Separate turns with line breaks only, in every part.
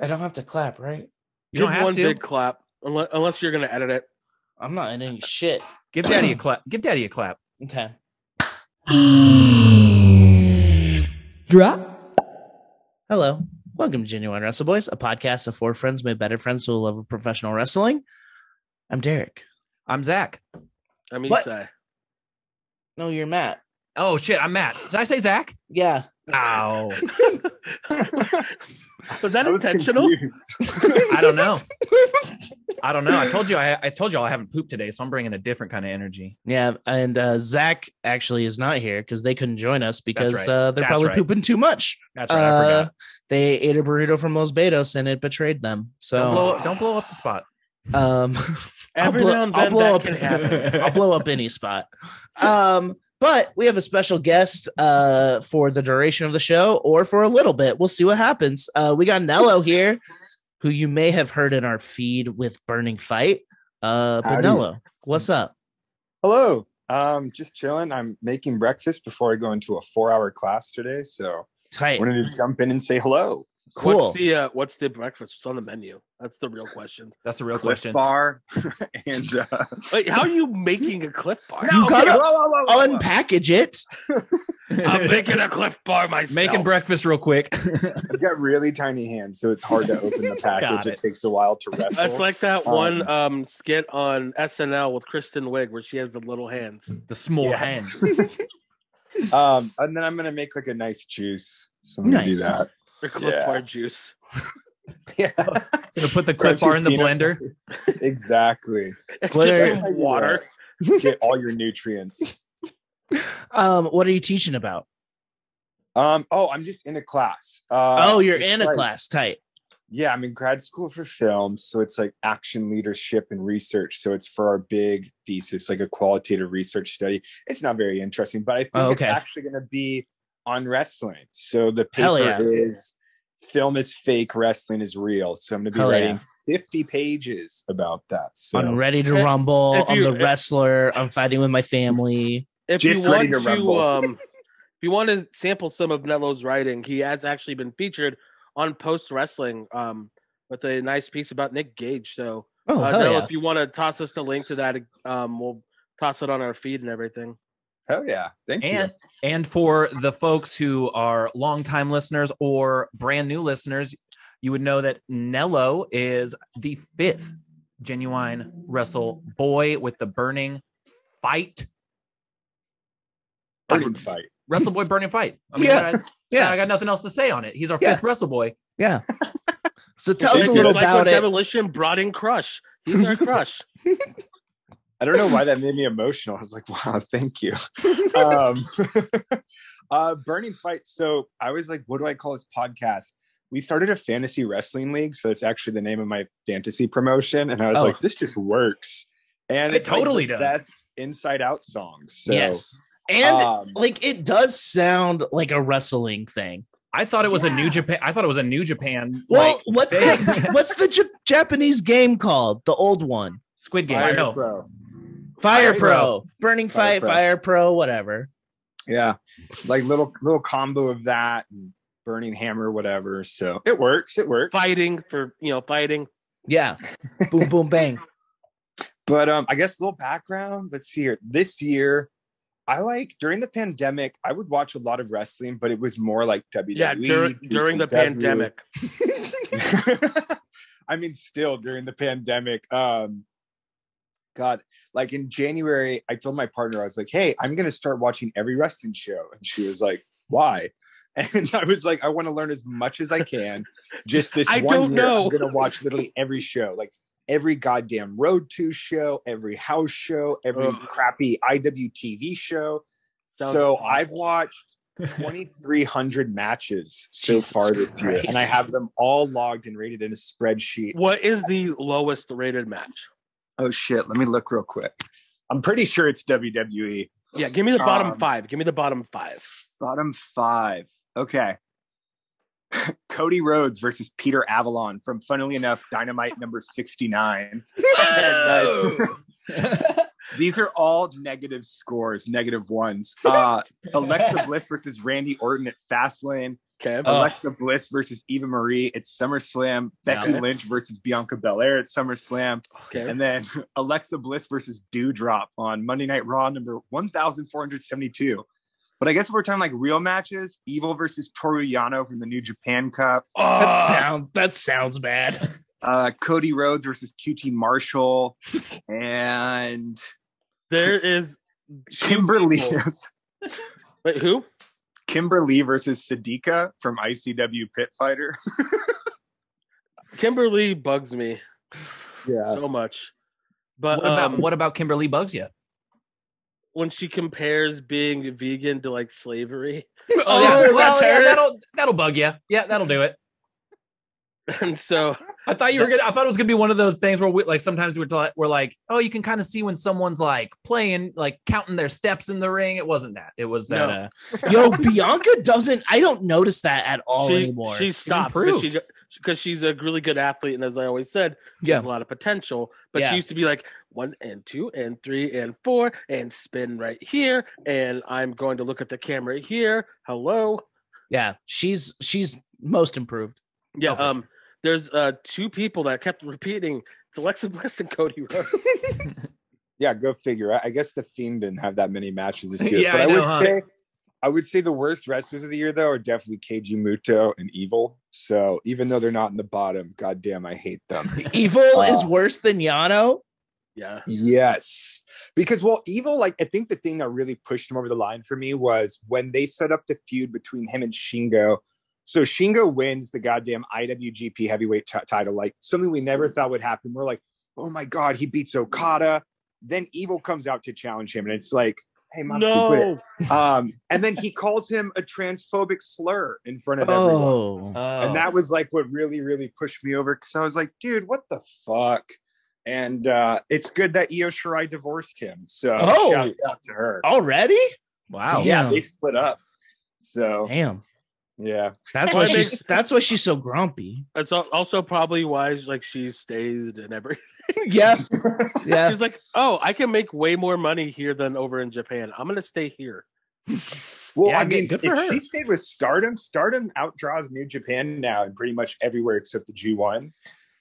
I don't have to clap, right?
You
Give
don't have
one
to.
big clap, unless, unless you're going to edit it.
I'm not in any shit.
Give daddy a clap. Give daddy a clap.
Okay.
Drop.
Hello. Welcome to Genuine Wrestle Boys, a podcast of four friends made better friends who love of professional wrestling. I'm Derek.
I'm Zach.
I mean,
What?
say.
No, you're Matt.
Oh shit, I'm Matt. Did I say Zach?
Yeah.
Ow.
Was that intentional?
I don't know. I don't know. I told you I, I told you all I haven't pooped today, so I'm bringing a different kind of energy.
Yeah. And uh, Zach actually is not here because they couldn't join us because
right.
uh, they're
That's
probably
right.
pooping too much.
That's right. I
Uh,
forgot.
They ate a burrito from Los Betos and it betrayed them.
Don't
So
blow, don't blow up the spot.
um,
Every
I'll blow-
now and
I'll
then
blow
that
up-
can happen.
I'll blow up any spot. Um, but we have a special guest uh, for the duration of the show or for a little bit. We'll see what happens. Uh, we got Nello here, who you may have heard in our feed with Burning Fight. Uh, but
Howdy.
Nello, what's up?
Hello. Um, just chilling. I'm making breakfast before I go into a four-hour class today, so I
Tight.
wanted to jump in and say hello.
Cool.
What's the uh, what's the breakfast? What's on the menu? That's the real question.
That's the real
Cliff
question.
bar and uh,
Wait, how are you making a Cliff Bar?
You gotta
whoa, whoa, whoa, whoa, whoa.
Unpackage it.
I'm making a Cliff Bar myself.
Making breakfast real quick.
I've got really tiny hands, so it's hard to open the
Got
package. It.
it.
takes a while to wrestle.
That's like that
Um,
one um skit on SNL with Kristen Wiig where she has the little hands.
the small
Yes.
hands.
um, and then I'm gonna make like a nice juice. So I'm gonna do
Nice.
that.
Or Cliff
Yeah.
Bar juice.
Yeah,
Gonna put the clip
Crunchy
bar in the
peanut.
blender.
exactly.
Glitter.
Just water.
Get all your nutrients.
Um, what are you teaching about?
Um, oh, I'm just in a class. Uh,
oh, you're
it's
in a
like-
class. Tight.
Yeah, I'm in grad school for film, so it's like action leadership and research. So it's for our big thesis, like a qualitative research study. It's not very interesting, but I think
Oh,
it's
okay.
actually going to be on wrestling. So the
Hell
paper
yeah.
is film is fake, wrestling is real. So I'm going to be
Hell yeah.
writing 50 pages about that. So
I'm ready to
If-
rumble.
if
I'm
you-
the wrestler. I'm fighting with my family.
If
Just
you want
ready
to,
to rumble.
um if you want to sample some of Nello's writing, he has actually been featured on Post Wrestling um with a nice piece about Nick Gage. So
Oh,
uh,
hell
Nello,
yeah.
if you want to toss us the link to that, um we'll toss it on our feed and everything.
hell yeah. Thank
And and for the folks who are longtime listeners or brand new listeners, you would know that Nello is the fifth genuine wrestle boy with the burning fight.
you. Burning fight.
Wrestle boy burning fight. I mean,
Yeah.
I,
Yeah.
I got nothing else to say on it. He's our
Yeah.
fifth wrestle boy.
So tell us
It's
a little
It's like
about
when
it.
Demolition brought in Crush. He's our crush.
I don't know why that made me emotional. I was like, wow, thank you. um, uh, Burning Fight. So I was like, what do I call this podcast? We started a fantasy wrestling league. So it's actually the name of my fantasy promotion. And I was
Oh.
like, this just works. And
It
it's like
totally
the
does.
best inside out songs. So
yes. And
um,
like it does sound like a wrestling thing.
I thought it was a new Japan. I thought it was a new Japan.
Well,
like,
what's
thing.
that? What's the J- Japanese game called? The old one,
Squid Game. I
Fire
know.
Pro.
Fire,
Fire
Pro, Burning Fight,
Fire Pro.
Fire Pro, whatever.
Yeah. Like little little combo of that and burning hammer, whatever. So it works. It works.
Fighting for you know, fighting.
Yeah, boom, boom, bang.
But um, I guess a little background. Let's see here. This year, I like during the pandemic, I would watch a lot of wrestling, but it was more like E, WWE.
Yeah, during during the
PCW.
pandemic.
I mean, still during the pandemic. Um, God, like in January, I told my partner, I was like, hey, I'm going to start watching every wrestling show. And she was like, why? And I was like, I want to learn as much as I can. Just this
I
one
don't
year,
know.
I'm going to watch literally every show, like every goddamn Road to show, every house show, every
Ugh.
crappy IWTV show.
Sounds
so
awful.
I've watched 2300 matches so
Jesus
far this year and i
Christ.
have them all logged and rated in a spreadsheet
What is the lowest rated match?
oh shit let me look real quick i'm pretty sure it's E. wwe
Yeah, give me the bottom
Um,
five. Give me the bottom five.
bottom five okay cody rhodes versus peter avalon from funnily enough dynamite number 69 these are all negative scores negative ones uh, alexa bliss versus randy orton at fastlane
Okay.
Oh.
Alexa Bliss versus Eva Marie at SummerSlam. Becky
Yeah.
Lynch versus Bianca Belair at SummerSlam.
okay.
And then Alexa Bliss versus Dewdrop on Monday Night Raw number 1472. But I guess if we're talking like real matches, Evil versus Toru Yano from the New Japan Cup,
That sounds that sounds bad.
uh, Cody Rhodes versus QT Marshall, and
there is
Kimberly.
people. Wait, who?
Kimberly versus Sadika from ICW Pit Fighter.
Kimberly bugs me
Yeah.
so much. But
What about
um,
what about Kimberly Bugs yet?
when she compares being vegan to like slavery,
Oh, yeah. That's
yeah,
her.
that'll that'll bug you. Yeah, that'll do it.
and so
I thought you were gonna. I thought it was gonna be one of those things where, we, like, sometimes we're taught- we're like, oh, you can kind of see when someone's like playing, like counting their steps in the ring. It wasn't that. It was that.
No.
Uh,
Yo, Bianca doesn't. I don't notice that at all
she,
anymore.
she stopped because
improved.
she, because she's a really good athlete, and as I always said, she has a lot of potential. But
Yeah.
she used to be like one and two and three and four and spin right here, and I'm going to look at the camera here. Hello,
yeah, she's she's most improved.
yeah.
Oh, for
um, there's uh two people that kept repeating it's Alexa Bliss and Cody Rhodes.
Yeah, go figure. I, I guess the Fiend didn't have that many matches this year.
Yeah,
but
I
I,
know,
would
huh?
say I would say the worst wrestlers of the year though are definitely KG Muto and Evil. So even though they're not in the bottom, goddamn, I hate them.
Evil
Uh.
is worse than Yano.
yeah,
yes. Because well, Evil, like I think the thing that really pushed him over the line for me was when they set up the feud between him and Shingo. So Shingo wins the goddamn IWGP heavyweight t- title, like something we never thought would happen. We're like, oh my god, he beats Okada. Then Evil comes out to challenge him, and it's like, hey, Moxie, quit.
no,
um, and then he calls him a transphobic slur in front of everyone.
uh,
Oh,
And that was like what really, really pushed me over because I was like, dude, what the fuck? And uh, it's good that Io Shirai divorced him. So
Oh.
shout out to her.
already?
wow.
Damn.
Yeah, they split up. So
Damn,
yeah,
that's why
Well, I mean-
she's that's why she's so grumpy.
it's al- also probably why like she stays and every.
yeah, yeah.
She's like, oh, I can make way more money here than over in Japan. I'm gonna stay here.
well,
Yeah,
I
good-
mean,
good for
if
her.
she stayed with Stardom, Stardom outdraws New Japan now in pretty much everywhere except the G1.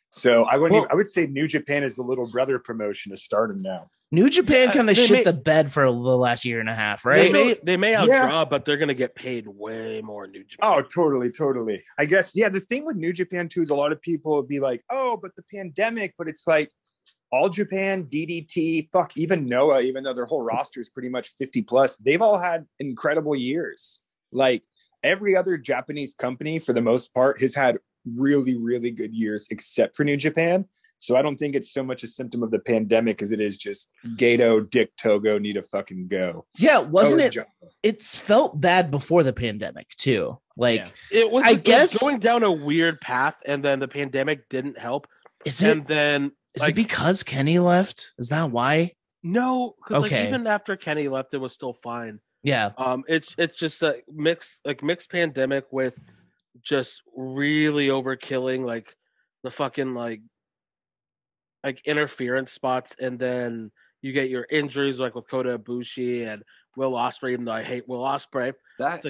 So I wouldn't.
Well-
even, I would say New Japan is the little brother promotion to Stardom now.
New Japan
Uh,
kind of
they
shit
may-
the bed for the last year and a half,
They
right?
may they may
Yeah.
outdraw, but they're gonna get paid way more in New Japan.
Oh, totally, totally. I guess yeah. The thing with New Japan too is a lot of people would be like, "Oh, but the pandemic." But it's like all Japan, DDT, fuck, even Noah, even though their whole roster is pretty much fifty plus, they've all had incredible years. Like every other Japanese company, for the most part, has had really, really good years, except for New Japan. So I don't think it's so much a symptom of the pandemic as it is just
Mm.
Gato, Dick Togo need to fucking go. Oh,
yeah, wasn't
Or
it?
Jumbo.
It's felt bad before the pandemic too. Like,
Yeah.
it was
I
like
guess-
going down a weird path, and then the pandemic didn't help,
is it?
and then
Is
like-
it because Kenny left? Is that why?
no, because
Okay.
like even after Kenny left, it was still fine.
Yeah.
Um, it's it's just a mixed like mixed pandemic with just really overkilling like the fucking like like interference spots, and then you get your injuries like with Kota Ibushi and Will Osprey. Even though I hate Will Osprey,
That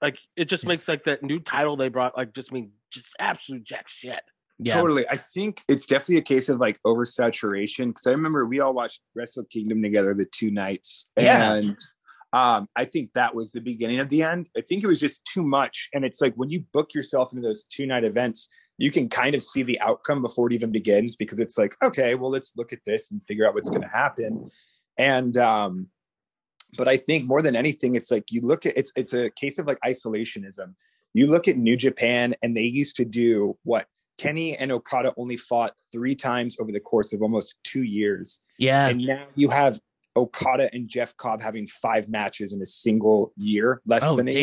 like it just makes like that new title they brought like just mean just absolute jack shit.
Yeah.
Totally. I think it's definitely a case of like oversaturation because I remember we all watched Wrestle Kingdom together the two nights.
Yeah.
And um, I think that was the beginning of the end. I think it was just too much. And it's like when you book yourself into those two night events, you can kind of see the outcome before it even begins because it's like, okay, well, let's look at this and figure out what's going to happen. And, um, but I think more than anything, it's like you look at it's it's a case of like isolationism. You look at New Japan, and they used to do what Kenny and Okada only fought three times over the course of almost two years.
Yeah.
And now you have Okada and Jeff Cobb having five matches in a single year, less
Oh
than a
damn.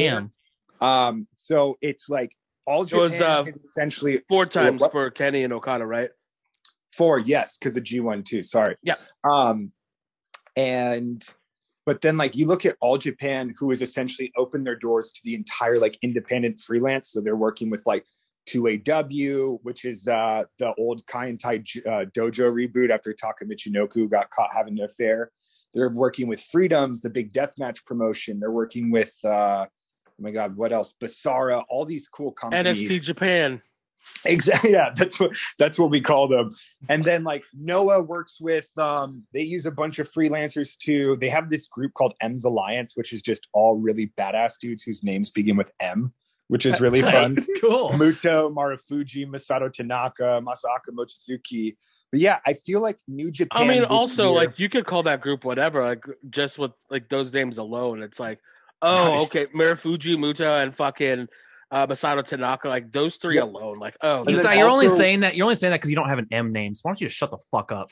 year. Um, so it's like all Japan
was, uh,
is essentially
Four times
what-
for Kenny and Okada, right?
four, yes, because of G1 too. Sorry.
Yeah.
Um, and but then like you look at all Japan, who has essentially opened their doors to the entire like independent freelance. So they're working with like 2AW, which is uh the old Kaientai J- uh, dojo reboot after Taka Michinoku got caught having an affair. They're working with Freedoms, the big deathmatch promotion. They're working with uh my god, what else? Basara, all these cool companies.
NXT Japan.
Exactly. Yeah, that's what that's what we call them. And then like Noah works with um they use a bunch of freelancers too. They have this group called M's Alliance, which is just all really badass dudes whose names begin with M, which is really fun.
cool.
Muto, Marufuji, Masato Tanaka, Masaka Mochizuki. But yeah, I feel like New Japan.
I mean,
this
also
year-
like you could call that group whatever, like just with like those names alone. It's like, oh, okay, Mirafuji, Muta, and fucking uh, Masato Tanaka, like those three
Yeah.
alone. Like, oh,
And
Isai,
then
you're only
also-
saying that you're only saying that because you don't have an M name. So why don't you just shut the fuck up?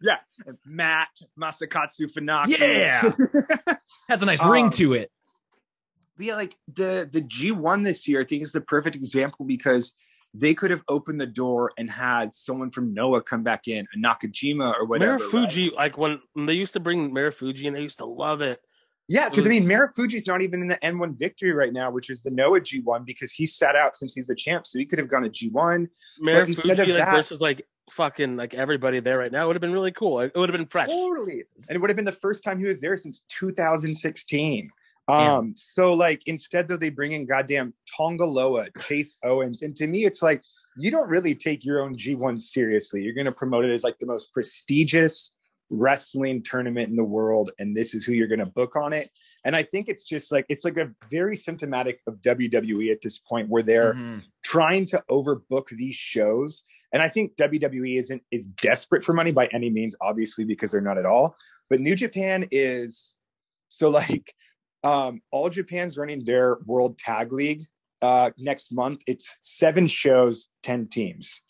yeah, Matt Masakatsu Funaki.
Yeah, has a nice
Um,
ring to it.
But yeah, like the the G one this year, I think is the perfect example because they could have opened the door and had someone from Noah come back in, a Nakajima or whatever. right?
Mirafuji, like when, when they used to bring Mirafuji, and I used to love it.
Yeah, because I mean, Marufuji's not even in the N1 victory right now, which is the Noah G1 because he sat out since he's the champ, so he could have gone to G1. But
Mirafuji
instead of
like,
that-
versus like fucking like everybody there right now would have been really cool. Like, it would have been fresh.
Totally. And it would have been the first time he was there since 2016.
Yeah.
Um, so like instead though they bring in goddamn Tongaloa, Chase Owens. And to me, it's like you don't really take your own G1 seriously. You're gonna promote it as like the most prestigious wrestling tournament in the world, and this is who you're gonna book on it. And I think it's just like it's like a very symptomatic of WWE at this point where they're
Mhm.
trying to overbook these shows. And I think WWE isn't is desperate for money by any means, obviously, because they're not at all. But New Japan is so like um all Japan's running their World Tag League uh next month. It's seven shows, 10 teams.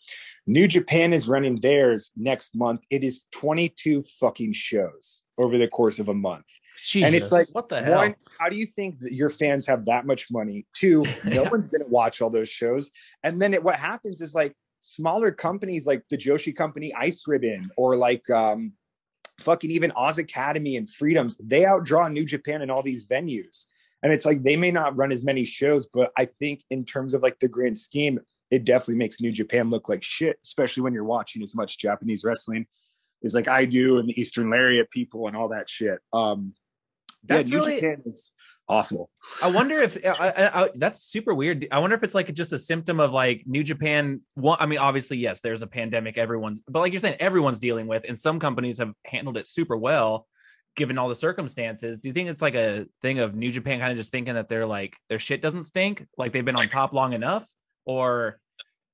New Japan is running theirs next month. It is 22 fucking shows over the course of a month.
Jesus.
And it's like
What the hell?
one, how do you think that your fans have that much money? Two, no one's going to watch all those shows. And then it, what happens is like smaller companies like the Joshi Company Ice Ribbon or like um, fucking even Oz Academy and Freedoms, they outdraw New Japan in all these venues. And it's like they may not run as many shows, but I think in terms of like the grand scheme, it definitely makes New Japan look like shit, especially when you're watching as much Japanese wrestling as like I do and the Eastern Lariat people and all that shit. Um,
That's
yeah, New
really-
Japan is awful.
I wonder if I, I, I, that's super weird. I wonder if it's like just a symptom of like New Japan. One, I mean, obviously, yes, there's a pandemic. Everyone's, but like you're saying, everyone's dealing with, and some companies have handled it super well, given all the circumstances. Do you think it's like a thing of New Japan kind of just thinking that they're like their shit doesn't stink, like they've been on top long enough, or,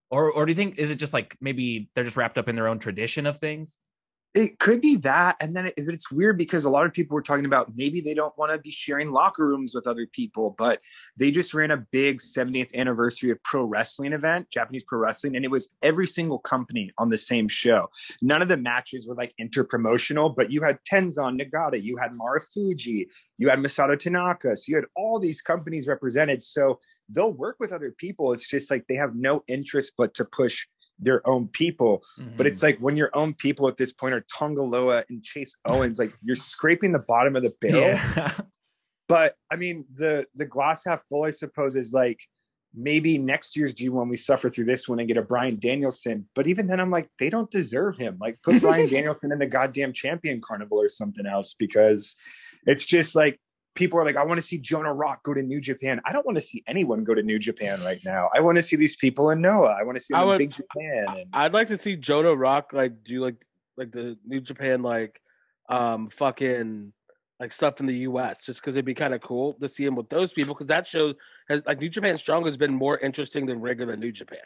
or, or do you think is it just like maybe they're just wrapped up in their own tradition of things?
It could be that, and then it, it's weird because a lot of people were talking about maybe they don't want to be sharing locker rooms with other people, but they just ran a big 70th anniversary of pro wrestling event, Japanese pro wrestling, and it was every single company on the same show. None of the matches were like interpromotional, but you had Tenzon Nagata, you had Marufuji, you had Masato Tanaka, so you had all these companies represented. So they'll work with other people. It's just like they have no interest but to push their own people. But
Mm.
Mm.
it's like when your own people at this point are Tongaloa and Chase Owens, like you're scraping the bottom of the barrel.
yeah.
But I mean, the the glass half full, I suppose, is like maybe next year's G1 we suffer through this one and get a Brian Danielson. But even then, I'm like, they don't deserve him. Like put Brian Danielson in the goddamn champion carnival or something else because it's just like people are like, I want to see Jonah Rock go to New Japan. I don't want to see anyone go to New Japan right now. I want to see these people in Noah. I want to see them
I
in
would-
Big Japan. And,
I'd like to see Jonah Rock like do like like the New Japan like um fucking like stuff in the U.S. just because it'd be kind of cool to see him with those people because that show has like New Japan Strong has been more interesting than regular New Japan.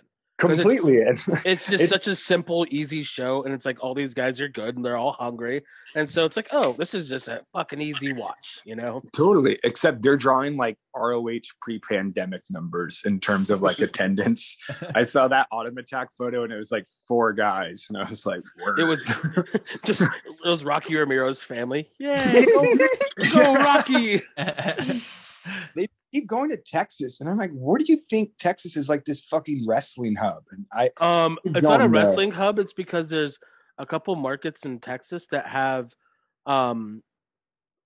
it's-
completely. And
It's just
It's-
such a simple, easy show, and it's like all these guys are good and they're all hungry, and so it's like oh, this is just a fucking easy watch, you know?
Totally. Except they're drawing like ROH pre-pandemic numbers in terms of like attendance. I saw that autumn attack photo and it was like four guys. And I was like,
It was just it was Rocky Ramiro's family. Yay!
oh,
Go, go Rocky!
keep going to Texas. And I'm like, where do you think Texas is like this fucking wrestling hub? And I
Um,
You
it's not a
don't know.
wrestling hub. It's because there's a couple markets in Texas that have, um,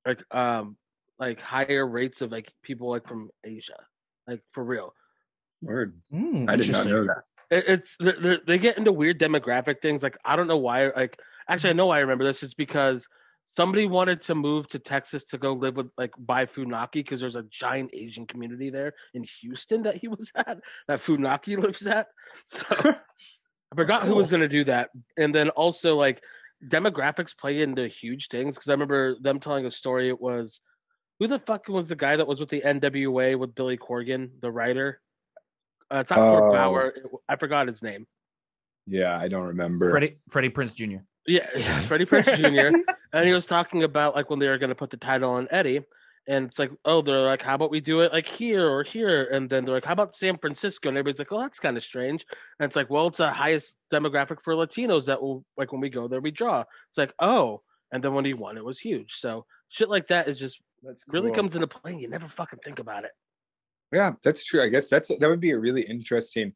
like um, like higher rates of like people like from Asia, like for real.
word.
Hmm,
Mm,
I did not
interesting.
know that.
It, it's they're, they're, they get into weird demographic things. Like I don't know why. Like actually, I know why I remember this. It's because somebody wanted to move to Texas to go live with like by Funaki because there's a giant Asian community there in Houston that he was at that Funaki lives at. So I forgot who was going to do that, and then also like demographics play into huge things because I remember them telling a story. It was who the fuck was the guy that was with the NWA with Billy Corgan, the writer. Uh, it's not
Oh.
Cork Bauer. It- I forgot his name.
Yeah, I don't remember.
Freddie Freddie Prince Jr.
Yeah, yeah, Freddie Prince Jr. and he was talking about like when they were going to put the title on Eddie, and it's like, oh, they're like, how about we do it like here or here? And then they're like, how about San Francisco? And everybody's like, oh, that's kind of strange. And it's like, well, it's the highest demographic for Latinos that will like when we go there, we draw. It's like, oh, and then when he won, it was huge. So shit like that is just
That's
really
cool.
comes into play. You never fucking think about it.
Yeah, that's true. I guess that's that would be a really interesting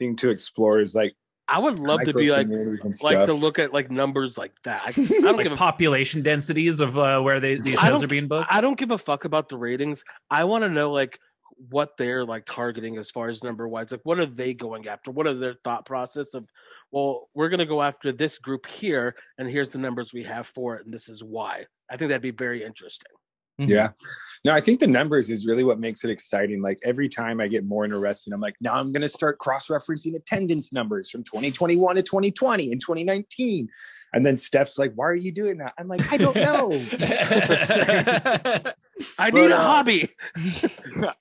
thing to explore. Is like
I would love to be like
micro-communities and
like to
stuff.
look at like numbers like that. I, I don't
Like
give a
population densities of uh, where they these
I
shows
don't-
are being booked.
I don't give a fuck about the ratings. I want to know like what they're like targeting as far as number wise. Like what are they going after? What are their thought process of well, we're gonna go after this group here and here's the numbers we have for it and this is why. I think that'd be very interesting.
Mm-hmm.
Yeah. No, I think the numbers is really what makes it exciting. Like every time I get more interested, I'm like, now I'm going to start cross referencing attendance numbers from 2021 to 2020 and 2019. And then Steph's like, why are you doing that? I'm like, I don't know.
I
But,
need a
uh,
hobby.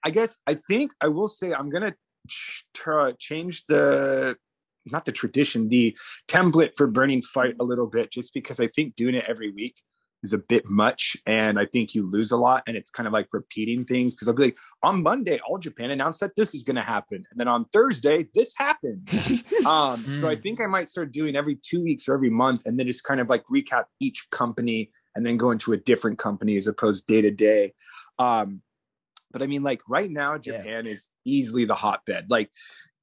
I guess I think I will say I'm going to ch- tr- change the not the tradition, the template for burning fight a little bit, just because I think doing it every week is a bit much, and I think you lose a lot, and it's kind of like repeating things. Because I'll be like, on Monday, all Japan announced that this is going to happen, and then on Thursday, this happened. um, So I think I might start doing every two weeks or every month, and then just kind of like recap each company, and then go into a different company as opposed day to day. Um, but I mean, like right now,
Yeah.
Japan is easily the hotbed. Like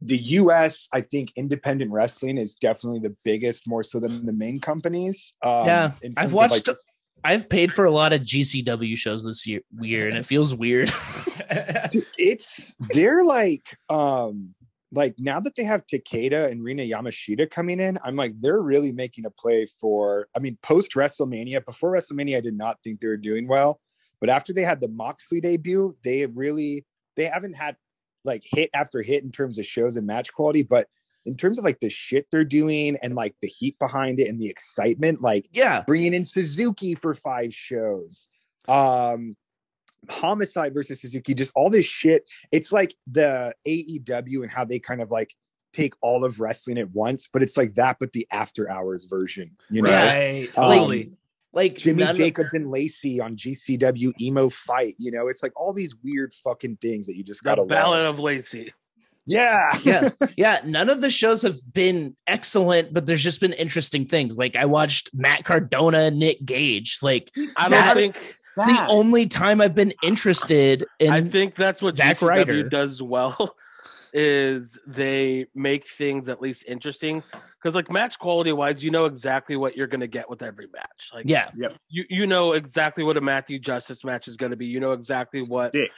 the US, I think independent wrestling is definitely the biggest, more so than the main companies. Um,
Yeah,
in
I've
terms of,
watched-
like-
I've paid for a lot of GCW shows this year, year and it feels weird.
Dude, it's they're like, um, like now that they have Takeda and Rena Yamashita coming in, I'm like, they're really making a play for. I mean, post WrestleMania, before WrestleMania, I did not think they were doing well, but after they had the Moxley debut, they have really they haven't had like hit after hit in terms of shows and match quality, but in terms of like the shit they're doing and like the heat behind it and the excitement, like
yeah.
bringing in Suzuki for five shows. Um Homicide versus Suzuki, just all this shit. It's like the AEW and how they kind of like take all of wrestling at once, but it's like that, but the after hours version, you know?
right, totally.
Like
Jimmy
none of-
Jacobs and Lacey on GCW emo fight, you know, it's like all these weird fucking things that you just gotta
The Ballad
love.
of Lacey.
Yeah.
yeah, yeah. None of the shows have been excellent, but there's just been interesting things. Like I watched Matt Cardona and Nick Gage. Like
I don't
That-
think
it's the only time I've been interested in.
I think that's what
Zack
GCW
Ryder.
does well is they make things at least interesting because like match quality wise you know exactly what you're going to get with every match like
yeah,
you you know exactly what a Matthew Justice match is going to be. You know exactly what
Dick.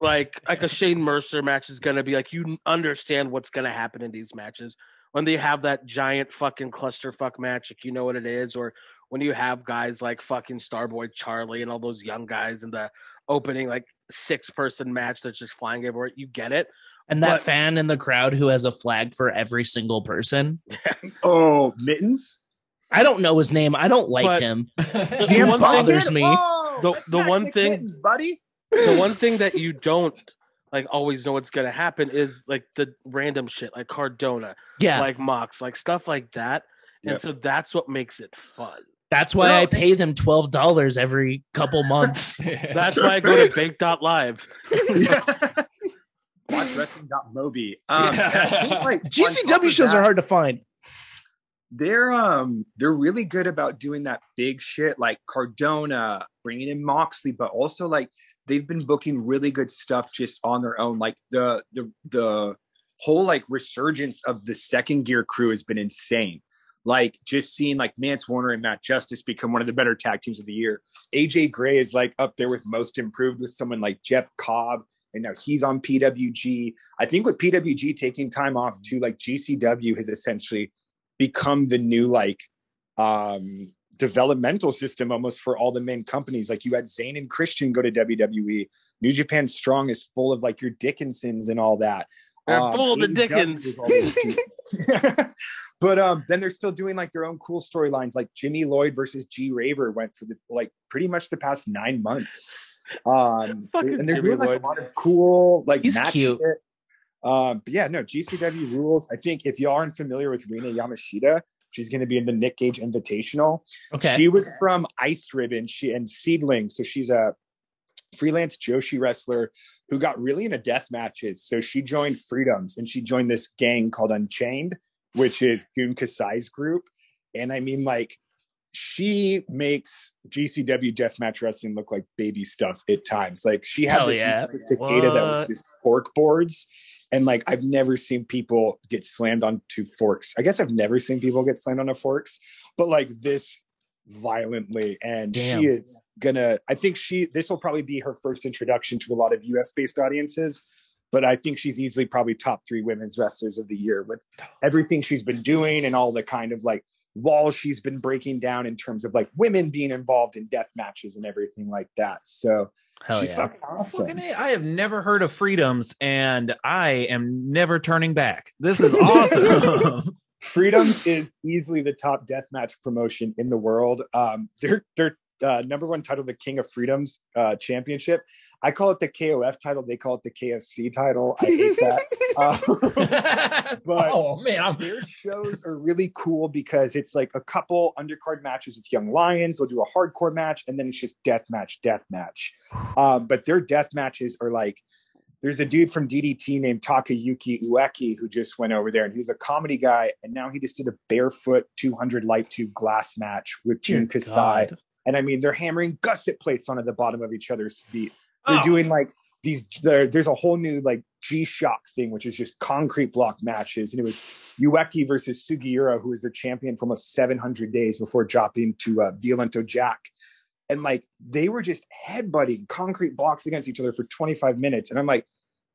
like like a Shane Mercer match is going to be. Like you understand what's going to happen in these matches when they have that giant fucking clusterfuck match. Like you know what it is, or when you have guys like fucking Starboy Charlie and all those young guys in the opening like six person match that's just flying everywhere. You get it.
and that
But-
fan in the crowd who has a flag for every single person.
Oh, mittens?
I don't know his name. I don't like
But-
him.
The
He
one thing-
bothers me.
Whoa,
The-
that's
the
not
one
Nick
thing-
Mittens, buddy.
the one thing that you don't like always know what's gonna happen is like the random shit like Cardona,
Yeah,
like Mox, like stuff like that. And
Yep.
so that's what makes it fun.
that's why
well-
I pay them twelve dollars every couple months.
That's why I go to bake.live.
Watch wrestling.mobi. Um,
Yeah.
like, on top
GCW
of
shows
that,
are hard to find.
They're um they're really good about doing that big shit like Cardona, bringing in Moxley, but also like they've been booking really good stuff just on their own. Like the the the whole like resurgence of the second gear crew has been insane. Like just seeing like Mance Warner and Matt Justice become one of the better tag teams of the year. AJ Gray is like up there with most improved with someone like Jeff Cobb, and now he's on PWG. I think with PWG taking time off too, like GCW has essentially become the new like um developmental system almost for all the main companies. Like you had Zayn and Christian go to WWE. New Japan Strong is full of like your Dickinsons and all that. Um,
They're full of the
AEW
Dickens.
is all those people. but um, then they're still doing like their own cool storylines, like Jimmy Lloyd versus G Raver went for the like pretty much the past nine months. Um,
Fucking
and they're
Jimmy
doing like
Lloyd.
a lot of cool like
He's
match
cute.
shit. Um, but yeah, no, GCW rules. I think if y'all aren't familiar with Rena Yamashita, she's going to be in the Nick Gage Invitational.
Okay.
She was from Ice Ribbon she, and Seedling. So she's a freelance Joshi wrestler who got really into death matches. So she joined Freedoms and she joined this gang called Unchained, which is Jun Kasai's group. And I mean, like, she makes GCW deathmatch wrestling look like baby stuff at times. Like she had
Hell
this
yeah.
massive cicada that was
What?
just fork boards. And like I've never seen people get slammed onto forks. I guess I've never seen people get slammed onto forks, but like this violently. And
Damn.
she is gonna, I think she this will probably be her first introduction to a lot of US based audiences. But I think she's easily probably top three women's wrestlers of the year with everything she's been doing and all the kind of like wall she's been breaking down in terms of like women being involved in death matches and everything like that. So
Hell
she's
yeah.
fucking awesome.
Fucking A, I have never heard of freedoms, and I am never turning back. This is awesome.
Freedoms is easily the top deathmatch promotion in the world. Um, their their uh, number one title, the King of Freedoms uh, Championship. I call it the KOF title. They call it the KFC title. I hate that. Um, But-
oh man, I'm
their shows are really cool because it's like a couple undercard matches with young lions. They'll do a hardcore match, and then it's just death match, death match. Um, but their death matches are like there's a dude from DDT named Takayuki Ueki who just went over there, and he was a comedy guy, and now he just did a barefoot 200 light tube glass match with Jun
Dear
Kasai.
God.
And I mean, they're hammering gusset plates onto the bottom of each other's feet. They're
Oh.
doing like these. There, there's a whole new like G Shock thing, which is just concrete block matches, and it was Ueki versus Sugiura, who was their champion for almost 700 days before dropping to uh, Violento Jack. And like they were just headbutting concrete blocks against each other for 25 minutes. And I'm like,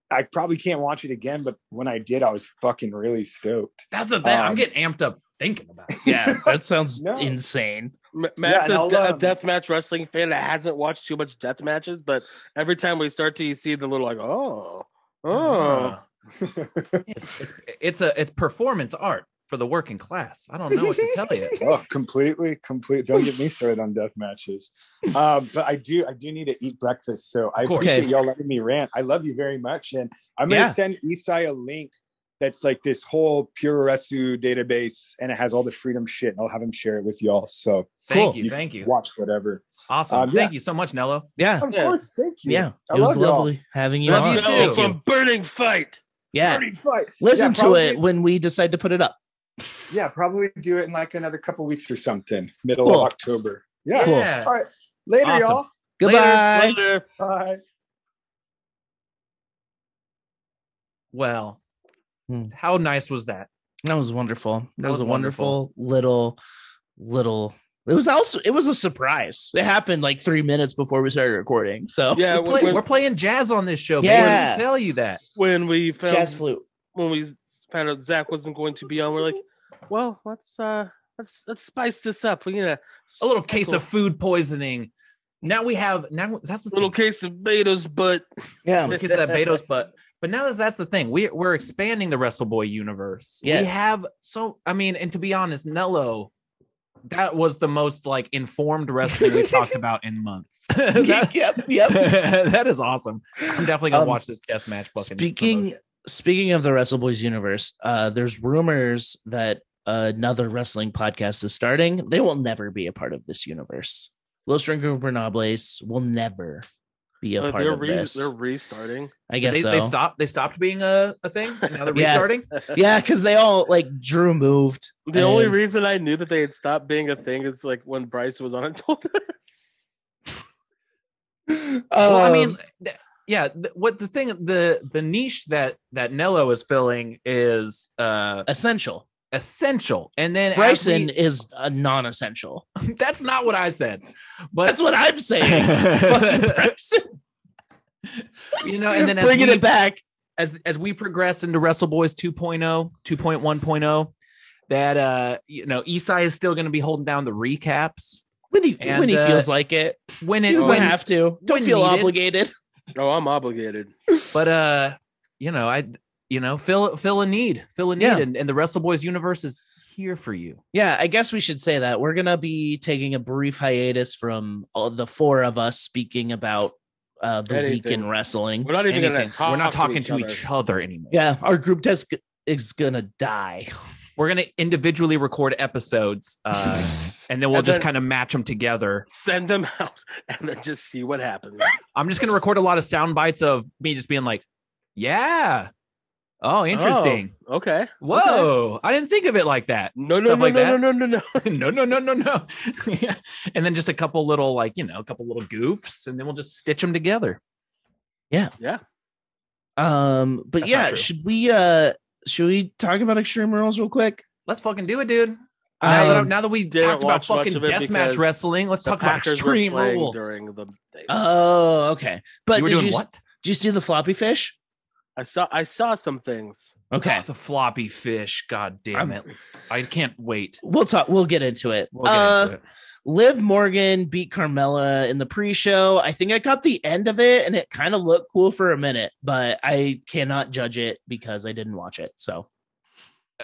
I probably can't watch it again, but when I did, I was fucking really stoked.
That's the thing. I'm
Um,
getting amped up thinking about it.
Yeah, that sounds
No.
insane.
M-
Yeah,
Matt's
and
a,
I'll,
de- a
um,
deathmatch wrestling fan that hasn't watched too much death matches, but every time we start to, you see the little like, oh, oh,
Uh-huh.
Uh, it's, it's, it's a it's performance art for the working class. I don't know what to tell you.
oh, completely, complete. Don't get me started on death matches. Um, but I do, I do need to eat breakfast. So I
Of course.
appreciate
Okay.
y'all letting me rant. I love you very much, and I'm gonna
Yeah.
send Isai a link that's like this whole Pure Resu database, and it has all the freedom shit, and I'll have him share it with y'all. So
Thank
Cool.
you, thank you.
watch whatever.
Awesome.
Um, yeah.
Thank you so much, Nello.
Yeah.
Of
Yeah.
course, thank you.
Yeah.
I
It was
love y'all.
lovely having you
Love
on.
you
no,
too.
Thank you.
from burning fight.
Yeah.
Dirty fight.
Listen
Yeah,
to
probably-
it when we decide to put it up.
Yeah, probably do it in like another couple weeks or something, middle
Cool.
of October. Yeah.
Cool.
All right. Later,
Awesome.
y'all.
Goodbye.
Later, later.
Bye.
Well,
Hmm.
how nice was that?
That was wonderful. That,
That
was,
was
a wonderful, little, little. It was also it was a surprise. It happened like three minutes before we started recording. So
Yeah,
we play,
when,
we're
when,
playing jazz on this show.
Yeah.
Yeah, I tell you that.
when we found
jazz flute.
when we found out Zach wasn't going to be on, we're like, well, let's uh, let's let's spice this up. We need a,
A little case of food poisoning. Now we have now that's the
little
little
case of Beto's butt.
Yeah.
case of that Beto's butt. But now that that's the thing, we we're expanding the Wrestle Boy universe.
Yes.
We have so I mean, and to be honest, Nello, that was the most like informed wrestling we talked about in months. That-
yep. Yep.
that is awesome. I'm definitely gonna
Um,
watch this death match. Fucking
Speaking
promotion.
speaking of the Wrestle Boys universe, uh, there's rumors that another wrestling podcast is starting. They will never be a part of this universe. Los Rincobernables will never be a
Uh,
part
they're
of
re-
this.
they're restarting.
I guess
they,
so.
they stopped. They stopped being a, a thing. and Now they're
Yeah.
restarting.
yeah, because they all like Drew moved.
The only
and-
reason I knew that they had stopped being a thing is like when Bryce was on and told us.
well, I
Um,
mean, th- yeah. th- what the thing, the the niche that that Nello is filling is uh
essential.
essential, and then as
Bryson
we-
is a non-essential.
that's not what I said, but
That's what I'm saying. Fucking Bryson.
you know, and then as
bringing
we,
it back.
oh, as as we progress into Wrestle Boys 2.0, 2.1.0, oh, that uh you know Isai is still going to be holding down the recaps
when he
And,
when he
uh,
feels like it.
when
He
it
doesn't
when,
have to. Don't
when
feel
needed.
obligated.
Oh, I'm obligated.
but uh you know I you know fill fill a need fill a need
Yeah.
and, and the Wrestle Boys universe is here for you.
Yeah, I guess we should say that we're gonna be taking a brief hiatus from all the four of us speaking about uh, the week
Anything.
in wrestling.
We're not even going
Anything.
to talk.
We're not
to
talking
each
to
other.
each other anymore.
Yeah, our group test is gonna die.
We're gonna individually record episodes, uh, and then we'll
And
just
then-
kind of match them together.
Send them out and then just see what happens.
I'm just gonna record a lot of sound bites of me just being like, "Yeah, oh, interesting.
Oh, okay.
Whoa, I didn't think of it like that."
No, no,
Stuff
no,
like
no,
that.
no, no, no, no.
no, no, no, no, no. Yeah. And then just a couple little, like you know, a couple little goofs, and then we'll just stitch them together.
Um, but
That's not
yeah,
true.
should we uh should we talk about Extreme Rules real quick?
Let's fucking do it, dude. Now, that,
Um,
now that we
didn't
talked about
watch much
fucking
of it because
deathmatch wrestling, let's
The
talk about
Packers were
extreme
playing
rules.
during the. Thing.
Oh, okay. But
you were
did,
doing
you,
what?
did you see the floppy fish?
I saw. I saw some things.
Okay.
Oh, the floppy fish. God damn it! I can't wait.
We'll talk. We'll get into it.
We'll get
uh,
into it.
Liv Morgan beat Carmella in the pre-show. I think I got the end of it, and it kind of looked cool for a minute, but I cannot judge it because I didn't watch it. So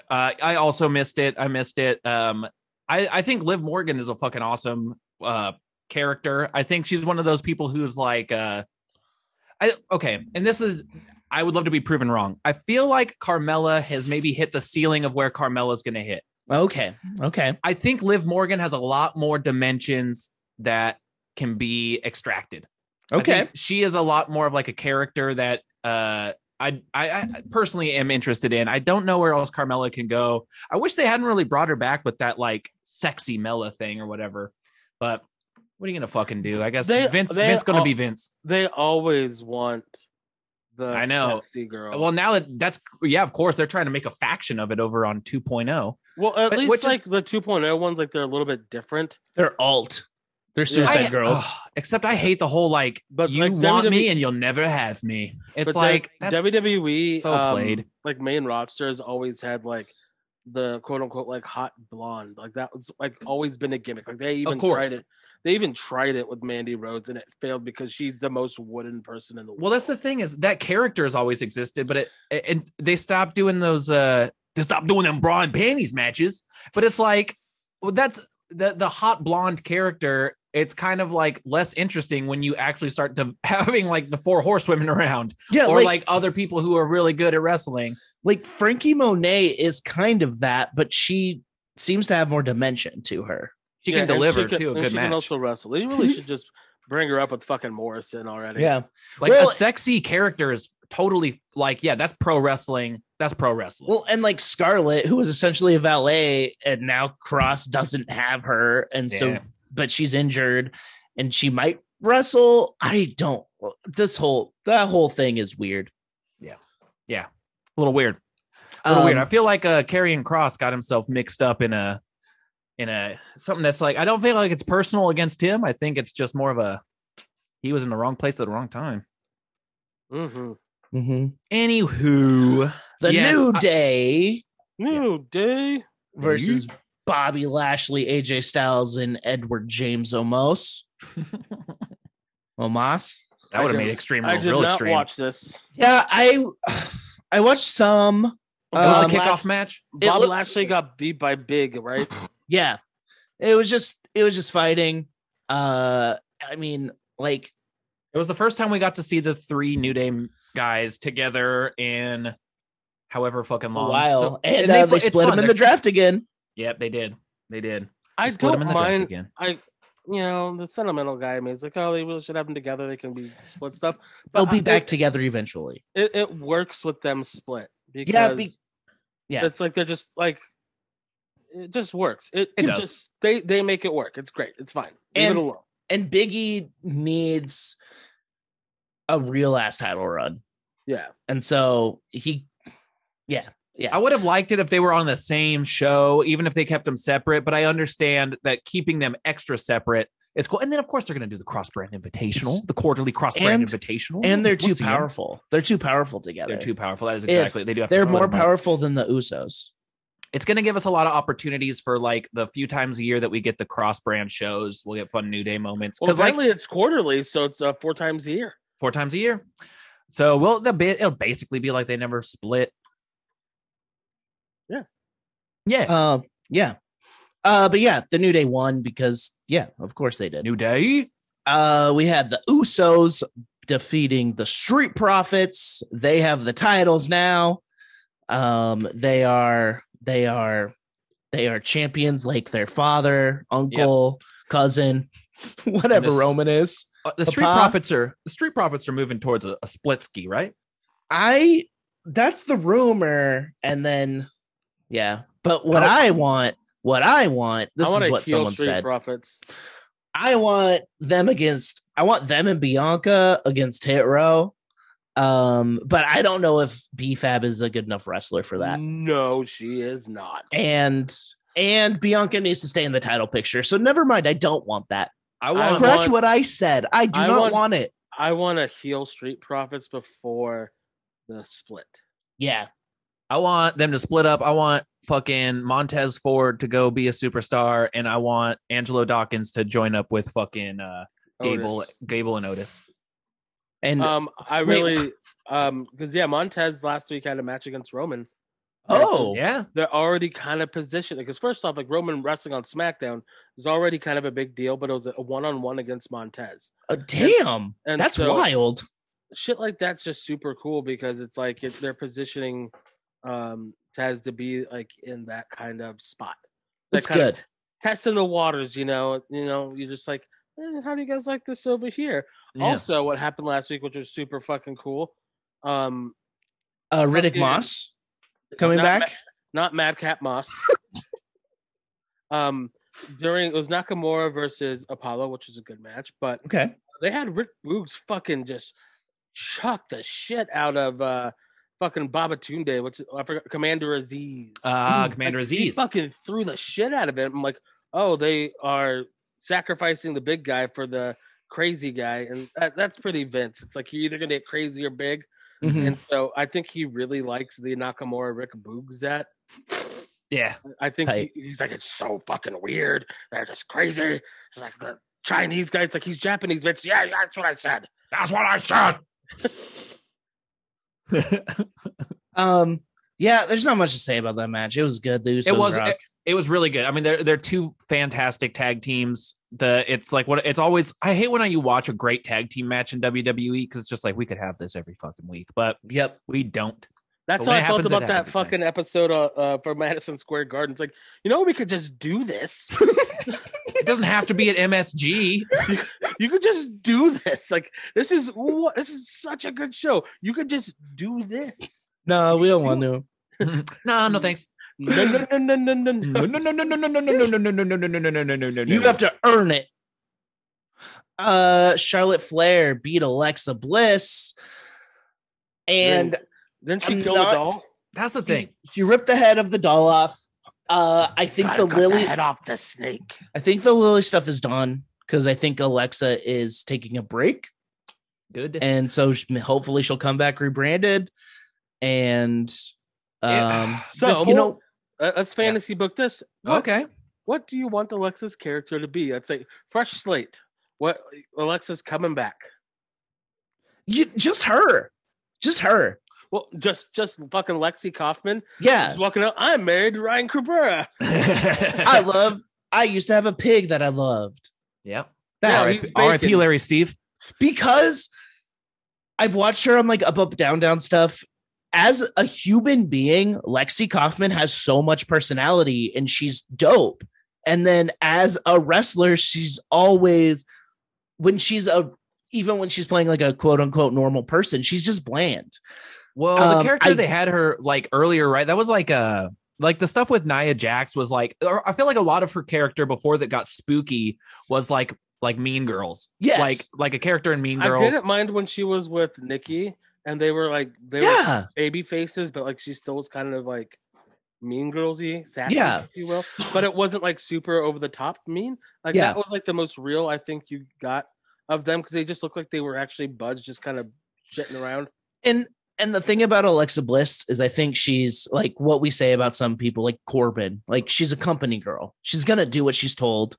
Uh, I also missed it. I missed it. Um, I, I think Liv Morgan is a fucking awesome uh, character. I think she's one of those people who's like, uh, I okay. And this is, I would love to be proven wrong. I feel like Carmella has maybe hit the ceiling of where Carmella's going to hit.
okay, okay,
I think Liv Morgan has a lot more dimensions that can be extracted. I
okay.
think she is a lot more of like a character that uh I, I I personally am interested in. I don't know where else Carmella can go. I wish they hadn't really brought her back with that like sexy Mella thing or whatever. But what are you gonna fucking do? I guess
They-
Vince
they
Vince gonna
all-
be Vince.
They always want the
I know.
sexy girl.
Well, now that that's yeah, of course they're trying to make a faction of it over on oh. 2.0.
Well, at
But
least
which
like
is-
the 2.0 ones, like they're a little bit different.
They're alt. They're
Yeah.
suicide
I-
girls.
ugh, except I hate the whole like E
But,
you
like,
want me
WWE
and you'll never have me. It's
But
like
the
that's
WWE,
so
um,
played.
like main rosters always had like the quote unquote like hot blonde. Like that was like always been a gimmick. Like they even
course.
tried it. They even tried it with Mandy Rhodes and it failed because she's the most wooden person in the world.
Well, that's the thing is that character has always existed, but it and they stopped doing those. uh They stopped doing them bra and panties matches. But it's like, well, that's the the hot blonde character. It's kind of like less interesting when you actually start to having like the four horsewomen around,
Yeah, like,
or like,
like
other people who are really good at wrestling.
Frankie Monet is kind of that, but she seems to have more dimension to her.
She
Yeah,
can
and
deliver
can-
too, a
and
good
she
match.
can also wrestle. They really should just bring her up with fucking Morrison already.
Yeah,
like
Well-
a sexy character is totally like yeah, that's pro wrestling. That's pro wrestling.
Well, and like Scarlett, who was essentially a valet, and now Cross doesn't have her, and so
Yeah.
but she's injured, and she might wrestle. I don't. This whole that whole thing is weird.
a little weird. A little weird.
Um,
I feel like uh Karrion Cross got himself mixed up in a in a something that's like I don't feel like it's personal against him. I think it's just more of a he was in the wrong place at the wrong time.
Mm-hmm.
mhm.
Anywho,
The
Yes,
New
I-
Day
New day.
versus Bobby Lashley, AJ Styles, and Edward James Omos. Omos.
that would
I
have made
did-
extreme
I
rules
did
real
not
extreme.
watch this.
Yeah, I I watched some.
it was
Um,
the kickoff match.
It
Bob
looked-
Lashley got beat by Big, right?
yeah it was just it was just fighting uh i mean like
It was the first time we got to see the three New Day guys together in however fucking
a
long.
while
So-
and,
they
uh,
fu-
they
it's
split
fun.
them in the
They're-
draft again
Yep, they did. They did.
I
They split 'em
don't
in the draft
mind
again.
I, you know, the sentimental guy in me is like, oh, they really should have them together. They can be split stuff.
they'll be
I-
back
it-
together eventually
It, it works with them split because
yeah be- yeah.
it's like they're just like it just works. It,
It
it
does.
just they they make it work. It's great. It's fine. Leave
And-
it alone.
and biggie needs a real ass title run
Yeah.
and so he
I would have liked it if they were on the same show, even if they kept them separate. But I understand that keeping them extra separate is cool. And then, of course, they're going to do the cross brand invitational,
It's-
the quarterly cross brand
and-
invitational.
and they're
We'll
too
see 'em.
powerful they're too powerful together
They're too powerful. That is
If
exactly. They do. Have to
They're
split
more
'em up.
powerful than the usos
it's going to give us a lot of opportunities for like the few times a year that we get the cross brand shows. We'll get fun New Day moments
Well,
because like
apparently it's quarterly, so it's uh, four times a year.
four times a year. So we'll the bit it'll basically be like they never split.
Yeah.
Yeah.
Uh, yeah. Uh, but yeah, the New Day won because yeah, of course they did.
New Day.
Uh, we had the Usos defeating the Street Profits. They have the titles now. Um, they are they are they are champions like their father, uncle, cousin, whatever
this-
Roman is.
Uh, the street
Papa?
profits are the street profits are moving towards a, a split ski, right?
I that's the rumor, and then yeah. But what
I
I want, what I want, this
I want
is
to
what
heal
someone
Street
said.
Profits.
I want them against I want them and Bianca against Hit Row. Um, but I don't know if B Fab is a good enough wrestler for that.
No, she is not.
And and Bianca needs to stay in the title picture. So never mind, I don't want that.
I
I
want
want-
Correct what I said. I do
I
not
want-
want it.
I want to heal Street Profits before the split.
Yeah.
I want them to split up. I want fucking Montez Ford to go be a superstar, and I want Angelo Dawkins to join up with fucking uh, Gable,
Otis.
Gable and Otis.
And
Um, I
Wait.
really, um, because yeah, Montez last week had a match against Roman.
oh
Yeah,
They're already kind of positioned because first off, like Roman wrestling on SmackDown is already kind of a big deal, but it was a one-on-one against Montez.
uh, damn.
and
that's
so-
wild.
Shit like that's just super cool because it's like it, they're positioning um Taz to be like in that kind of spot. That
That's
kind of
good.
testing the waters, you know. You know, you're just like, eh, how do you guys like this over here?
Yeah. Uh,
Also, what happened last week, which was super fucking cool. Um,
Uh Riddick
fucking-
Moss coming
not
back.
Ma- not Madcap Moss. um, during it was Nakamura versus Apollo, which is a good match, but
okay.
they had Rick Boogs fucking just chuck the shit out of uh fucking Baba Tunde, which I forgot Commander Aziz.
Uh,
Hmm.
Mm.
Commander
he
Aziz.
fucking threw the shit out of it. I'm like, oh, they are sacrificing the big guy for the crazy guy, and that, that's pretty Vince. It's like you're either gonna get crazy or big,
Mhm.
Mm-hmm.
and so I think he really likes the Nakamura Rick Boogs at.
Yeah,
I think
Tight.
he- he's like, it's so fucking weird. They're just crazy. It's like the Chinese guy. It's like he's Japanese, bitch. Yeah, that's what I said.
that's what I said.
Um yeah, there's not much to say about that match. It was good. The Usos
was-
rocked.
it was really good. I mean, they're they're two fantastic tag teams. The it's like what it's always. I hate when I, you watch a great tag team match in WWE because it's just like we could have this every fucking week, but
Yep.
we don't.
That's
But
how
when
I
it
felt
happens, it
about that
happens,
fucking
guys.
episode uh, uh, for Madison Square Garden. It's like, you know, we could just do this.
It doesn't have to be at MSG.
you could just do this. Like, this is what this is such a good show. You could just do this.
No, we don't want to.
No, no, thanks.
No, no, no, no, no, no,
No,
no.
no, no, no, no, no, no, no, no, no, no, no, no, no, no, no, no, no, no.
You have to earn it. Uh Charlotte Flair beat Alexa Bliss. And
Then she
I'm
killed
not-
it all.
That's the thing.
she ripped the head of the doll off. Uh I think the
Gotta cut
Lily
head off the snake.
I think the Lily stuff is done because I think Alexa is taking a break.
Good.
And so sh- hopefully she'll come back rebranded. And um
So
you know
uh, let's fantasy book this. What,
Okay.
What do you want Alexa's character to be? I'd say fresh slate. What Alexa's coming back.
you, just her. Just her.
Well, just just fucking Lexi Kaufman.
Yeah.
Just walking out. I'm married to Ryan Cabrera.
I
I
love I used to have a pig that I loved.
Yep.
That
Yeah,
R.I.P.
he's
R.I.P.
bacon.
Larry Steve.
because I've watched her on like up, up, down, down stuff. As a human being, Lexi Kaufman has so much personality and she's dope. And then as a wrestler, she's always when she's a even when she's playing like a quote unquote normal person, she's just bland.
Well, the
Um,
character
I-
they had her like earlier, right? That was like uh like the stuff with Nia Jax was like or I feel like a lot of her character before that got spooky was like like Mean Girls.
Yes.
Like like a character in Mean
I
Girls.
didn't mind when she was with Nikki and they were like they were
yeah.
baby faces, but like she still was kind of like mean girlsy, sassy,
Yeah.
if you will. But it wasn't like super over the top mean. Like
Yeah.
that was like the most real I think you got of them because they just looked like they were actually buds just kind of shitting around.
And and the thing about Alexa Bliss is I think she's like what we say about some people like Corbin. Like she's a company girl. She's going to do what she's told.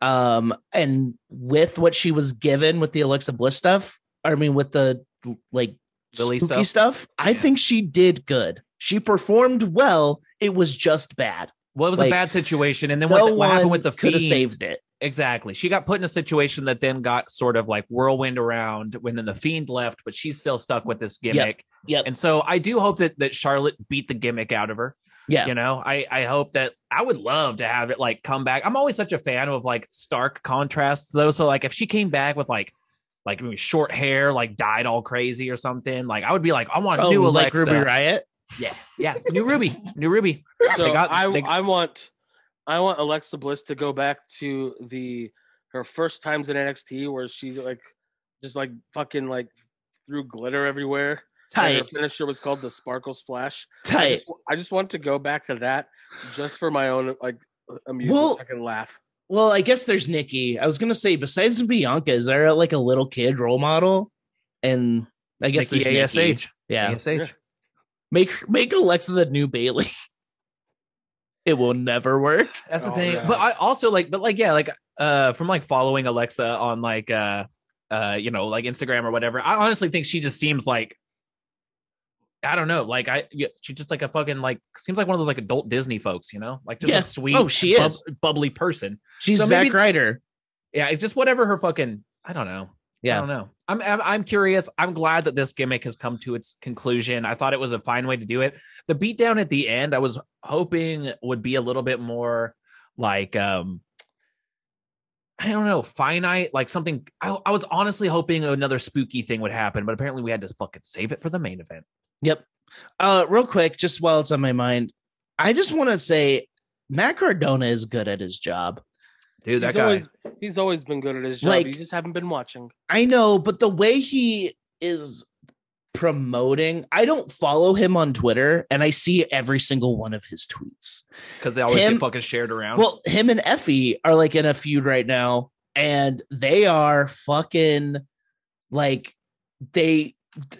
Um and with what she was given with the Alexa Bliss stuff, I mean with the like
Lily
spooky
stuff?
stuff, I
Yeah.
think she did good. She performed well. It was just bad.
What was a
Like,
bad situation, and then
no
what, what happened
one
with the
could have
Fiend?
saved it.
Exactly. She got put in a situation that then got sort of like whirlwind around when then the fiend left, but she's still stuck with this gimmick.
Yep.
And so I do hope that that Charlotte beat the gimmick out of her.
Yeah.
You know, I I hope that I would love to have it like come back. I'm always such a fan of like stark contrasts though. So like if she came back with like like maybe short hair, like dyed all crazy or something, like I would be like, I want a
Oh,
new
like
Alexa.
Ruby Riot.
Yeah, new Ruby, new Ruby.
So
They got-
I,
they-
I want I want Alexa Bliss to go back to the her first times in NXT where she like just like fucking like threw glitter everywhere. And
Tight,
Her finisher was called the Sparkle Splash. I
tight.
just, I just want to go back to that just for my own like amusement.
Well-
I can laugh.
Well, I guess there's Nikki. I was gonna say, besides Bianca, is there like a little kid role model? And I guess
Nikki
there's Nikki.
ASH.
Yeah,
ASH.
make make Alexa the new Bailey. it will never work.
That's the
Oh,
thing.
yeah.
But I also like, but like, yeah, like uh from like following Alexa on like uh uh you know like Instagram or whatever. I honestly think she just seems like I don't know, like I yeah, she just like a fucking like seems like one of those like adult Disney folks, you know, like just
Yeah.
a sweet,
Oh, she is.
bubbly person.
She's
So
Zack
maybe-
Ryder.
Yeah, it's just whatever her fucking I don't know. I
Yeah.
don't know. I'm, I'm I'm curious. I'm glad that this gimmick has come to its conclusion. I thought it was a fine way to do it. The beatdown at the end, I was hoping would be a little bit more like um I don't know, finite, like something I, I was honestly hoping another spooky thing would happen, but apparently we had to fucking save it for the main event.
Yep. Uh, real quick, just while it's on my mind, I just want to say Matt Cardona is good at his job.
Dude,
He's always he's always been good at his job.
Like-
you just haven't been watching.
I know, but the way he is promoting, I don't follow him on Twitter, and I see every single one of his tweets.
because they always
him-
get fucking shared around.
Well, him and Effie are like in a feud right now, and they are fucking like they.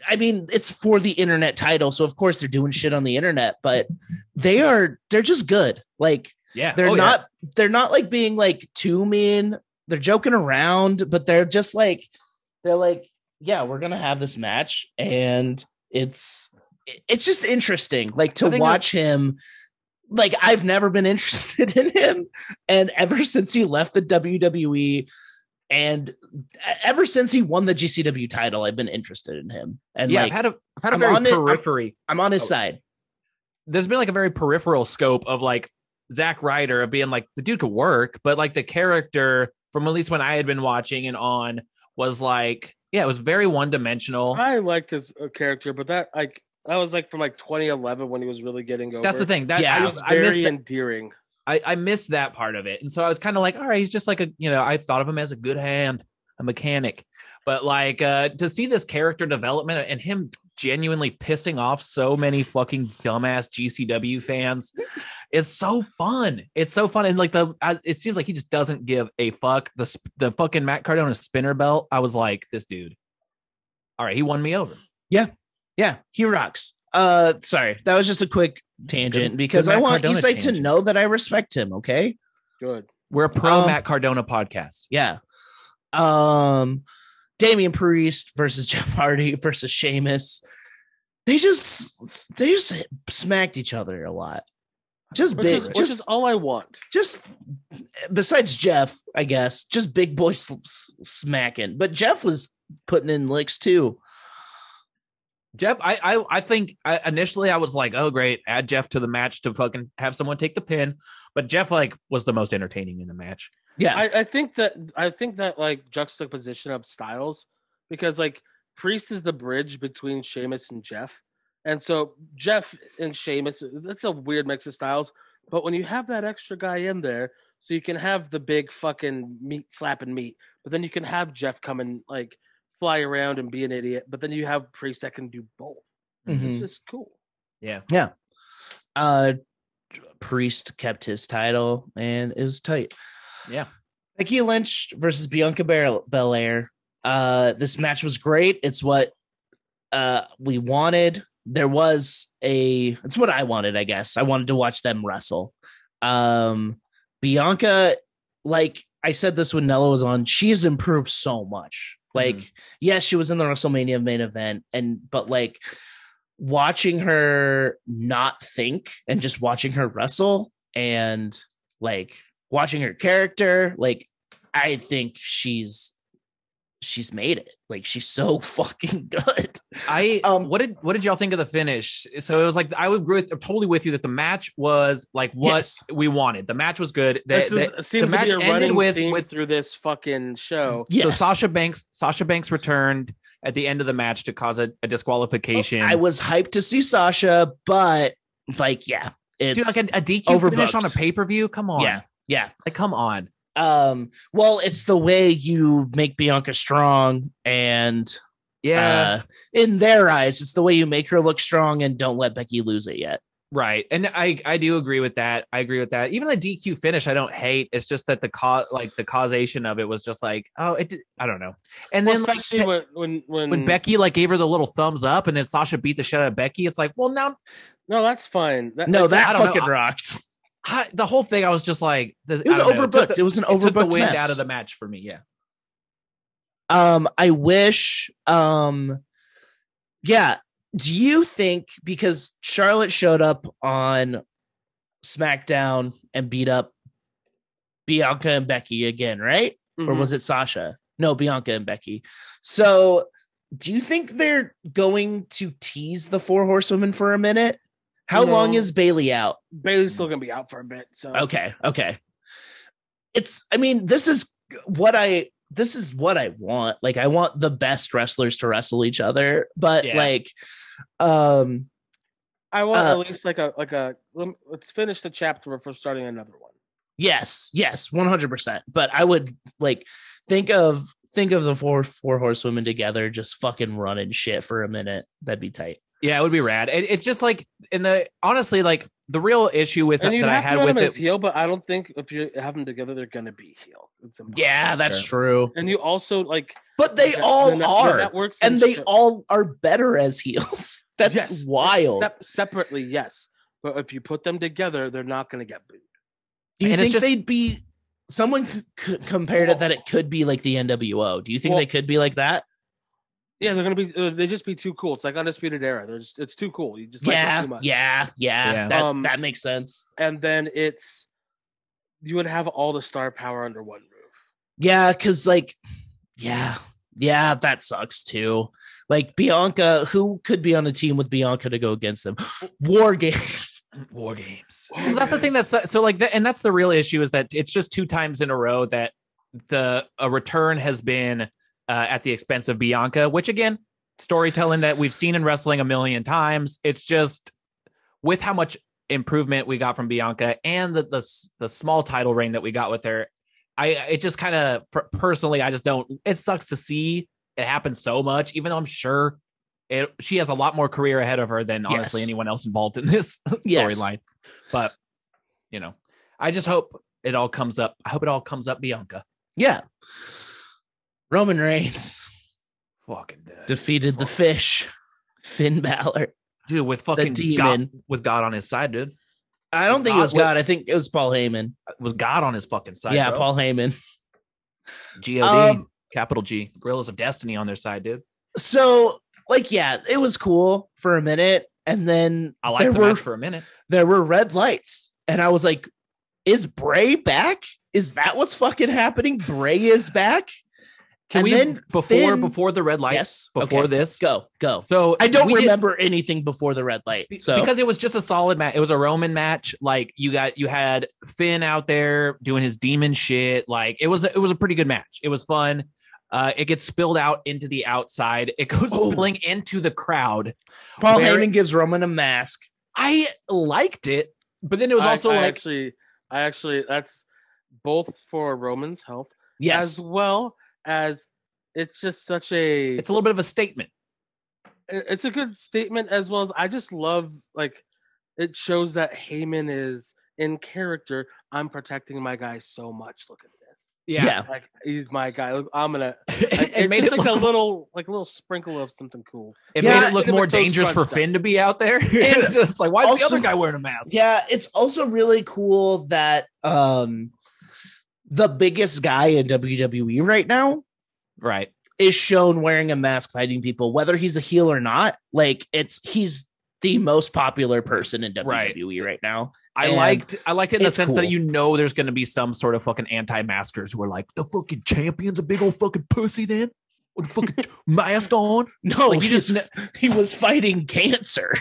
I mean, it's for the internet title, so of course they're doing shit on the internet, but they are they're just good. Like
yeah.
they're
Oh, yeah.
not they're not like being like too mean. They're joking around, but they're just like they're like, yeah, we're gonna have this match, and it's it's just interesting, like to
I think
watch him. Like I've never been interested in him, and ever since he left the WWE, and e, ever since he won the GCW title, I've been interested in him, and
yeah,
like
I've had a I've had a
I'm
very
on it. I'm-
periphery.
I'm on his
Oh.
side.
there's been like a very peripheral scope of like Zack Ryder of being like the dude could work, but like the character from at least when I had been watching and on was like yeah, it was very one dimensional.
I liked his uh, character, but that like that was like from like 2011 when he was really getting over.
That's the thing. That
Yeah.
He
thing.
was
I, I
very
missed that,
endearing.
I, I missed that part of it, and so I was kind of like, all right, he's just like a you know I thought of him as a good hand, a mechanic, but like uh to see this character development and him genuinely pissing off so many fucking dumbass GCW fans It's so fun. It's so fun, and like the, I, it seems like he just doesn't give a fuck. The sp- the fucking Matt Cardona spinner belt. I was like, this dude. All right, he won me over.
Yeah, he rocks. Uh, sorry, that was just a quick tangent
Good-
because
good
I
Matt
want
Cardona
Isai to
tangent.
know that I respect him. Okay,
Good.
We're a pro
Um,
Matt Cardona podcast.
yeah. Um, Damian Priest versus Jeff Hardy versus Sheamus. They just they just smacked each other a lot. Just
Which
big,
is, which
just
is all I want.
just besides Jeff, I guess, just big boy s- s- smacking. But Jeff was putting in licks too.
Jeff, I I, I think I, initially I was like, oh great, add Jeff to the match to fucking have someone take the pin, but Jeff like was the most entertaining in the match.
Yeah,
I, I think that I think that like juxtaposition of styles, because like Priest is the bridge between Sheamus and Jeff, and so Jeff and Sheamus that's a weird mix of styles. But when you have that extra guy in there, so you can have the big fucking meat slapping meat, but then you can have Jeff come and like fly around and be an idiot, but then you have Priest that can do both.
Mhm.
Mm-hmm.
It's just cool.
Yeah,
uh priest kept his title and it was tight
Yeah.
becky lynch versus bianca Bel- belair uh this match was great it's what uh we wanted there was a it's what I wanted, I guess. I wanted to watch them wrestle. Um Bianca, like I said this when Nella was on, she has improved so much. Like, yes, she was in the WrestleMania main event, and but like watching her not think and just watching her wrestle and like watching her character, like I think she's she's made it. Like she's so fucking good.
I
Um,
what did what did y'all think of the finish? So it was like I would agree with, totally with you that the match was like what
Yes.
we wanted. The match was good. They-
this
they-
is, seems
match
to be
ended
a running
with-
theme
with-
through this fucking
So
show.
Yes.
Sasha Banks Sasha Banks returned at the end of the match to cause a, a disqualification.
Oh, I was hyped to see Sasha, but like, yeah, it's
Dude, like a, a DQ finish
overbooked.
on a pay per view. Come on,
yeah, yeah.
like come on.
Um, well, it's the way you make Bianca strong, and uh,
Yeah,
in their eyes, it's the way you make her look strong and don't let Becky lose it yet.
right. And I I do agree with that. I agree with that. Even the DQ finish, I don't hate. It's just that the cause like the causation of it was just like oh it. did- I don't know. And
Well,
then like
especially
te-
when, when
when Becky like gave her the little thumbs up, and then Sasha beat the shit out of Becky. It's like well now
no, that's fine. That,
No,
like,
that
I don't know.
fucking rocked.
I, the whole thing I was just like this,
It was
I don't know. It took
overbooked.
the-
It was an
it took the
overbooked
wind
mess.
out of the match for me. Yeah.
um i wish um yeah do you think because charlotte showed up on smackdown and beat up bianca and becky again right or
mhm.
was it sasha no bianca and becky so do you think they're going to tease the four horsewomen for a minute how
No.
long is bailey out
Bailey's still gonna be out for a bit. So
okay okay it's i mean this is what i this is what i want like i want the best wrestlers to wrestle each other but
Yeah.
like um
I want
Uh,
at least like a like a lem- let's finish the chapter before starting another one.
yes yes 100% but i would like think of think of the four four horsewomen together just fucking running shit for a minute that'd be tight
Yeah, it would be rad. It, it's just like in the honestly, like the real issue with
And
it
you
that I
have to
had
run
with
them as
it.
heel, but I don't think if you have them together, they're gonna be heel. It's impossible.
yeah that's true
And you also like
but they
the-
all
the ne- the
are
networks
and they
shit-
all are better as heels that's
Yes.
wild
Sep- separately, yes, but if you put them together, they're not gonna get booed.
Do you
And
think
it's just-
they'd be someone c- c- compared it that it could be like the NWO? Do you think
Well-
they could be like that?
Yeah, they're gonna be. Uh, they just be too cool. It's like undisputed era. They're just it's too cool. You just like them
Yeah,
too much.
yeah, yeah,
Yeah.
That
Um,
that makes sense.
And then it's you would have all the star power under one roof.
Yeah, because like, yeah, yeah, that sucks too. Like Bianca, who could be on a team with Bianca to go against them? War games.
War games.
War
Well, that's the thing that's so- so like that, and that's the real issue is that it's just two times in a row that the a return has been uh, at the expense of Bianca, which again, storytelling that we've seen in wrestling a million times. It's just with how much improvement we got from Bianca and the the, s- the small title reign that we got with her. I it just kind of personally, I just don't. It sucks to see it happen so much, even though I'm sure. It, she has a lot more career ahead of her than honestly
Yes.
anyone else involved in this
Yes.
storyline. But you know, I just hope it all comes up. I hope it all comes up, Bianca.
Yeah, Roman Reigns
Fucking dead.
defeated the fish, Finn Balor.
dude with fucking God,
demon.
with God on his side, dude.
I don't think it was
Gauntlet.
God. I think it was Paul Heyman.
Was God on his fucking side?
yeah,
bro.
Paul Heyman.
God,
Um,
capital G, Gorillas of Destiny on their side, dude.
so like yeah it was cool for a minute and then
I like
there
the
were
match for a minute.
there were red lights and i was like is bray back is that what's fucking happening bray is back
Can
and
we
then
before
Finn-
before the red light?
yes
Before
okay.
this,
go go
so
i don't
we did-
remember anything before the red light
Be-
so
because it was just a solid match. It was a Roman match. Like you got you had Finn out there doing his demon shit. Like it was a, it was a pretty good match. It was fun. Uh, it gets spilled out into the outside. It goes
Oh.
spilling into the crowd.
paul
where-
heyman gives roman a mask
I liked it, but then it was
I-
also
I
like
actually, I actually that's both for Roman's health
yes
as well as it's just such a
it's a little bit of a statement.
it- it's a good statement as well as I just love like it shows that Heyman is in character. I'm protecting my guy so much. Look at this.
Yeah.
Yeah.
Like he's my guy. Look, I'm gonna. Like,
it,
it's
made it
just
look,
like a little, like a little sprinkle of something cool.
it
Yeah,
made it look
it's
more
like those
dangerous for
front
Finn to be out there. it's just like why is the
also-
other guy wearing a mask?
Yeah, it's also really cool that um the biggest guy in WWE right now
Right.
is shown wearing a mask fighting people, whether he's a heel or not. Like it's he's the most popular person in WWE
Right.
right, now.
I
And
liked I liked it in the
it's
sense that
cool.
you know there's gonna be some sort of fucking anti-maskers who are like, the fucking champion's a big old fucking pussy then with a fucking mask on.
No,
Like,
he
you just
just he was fighting cancer.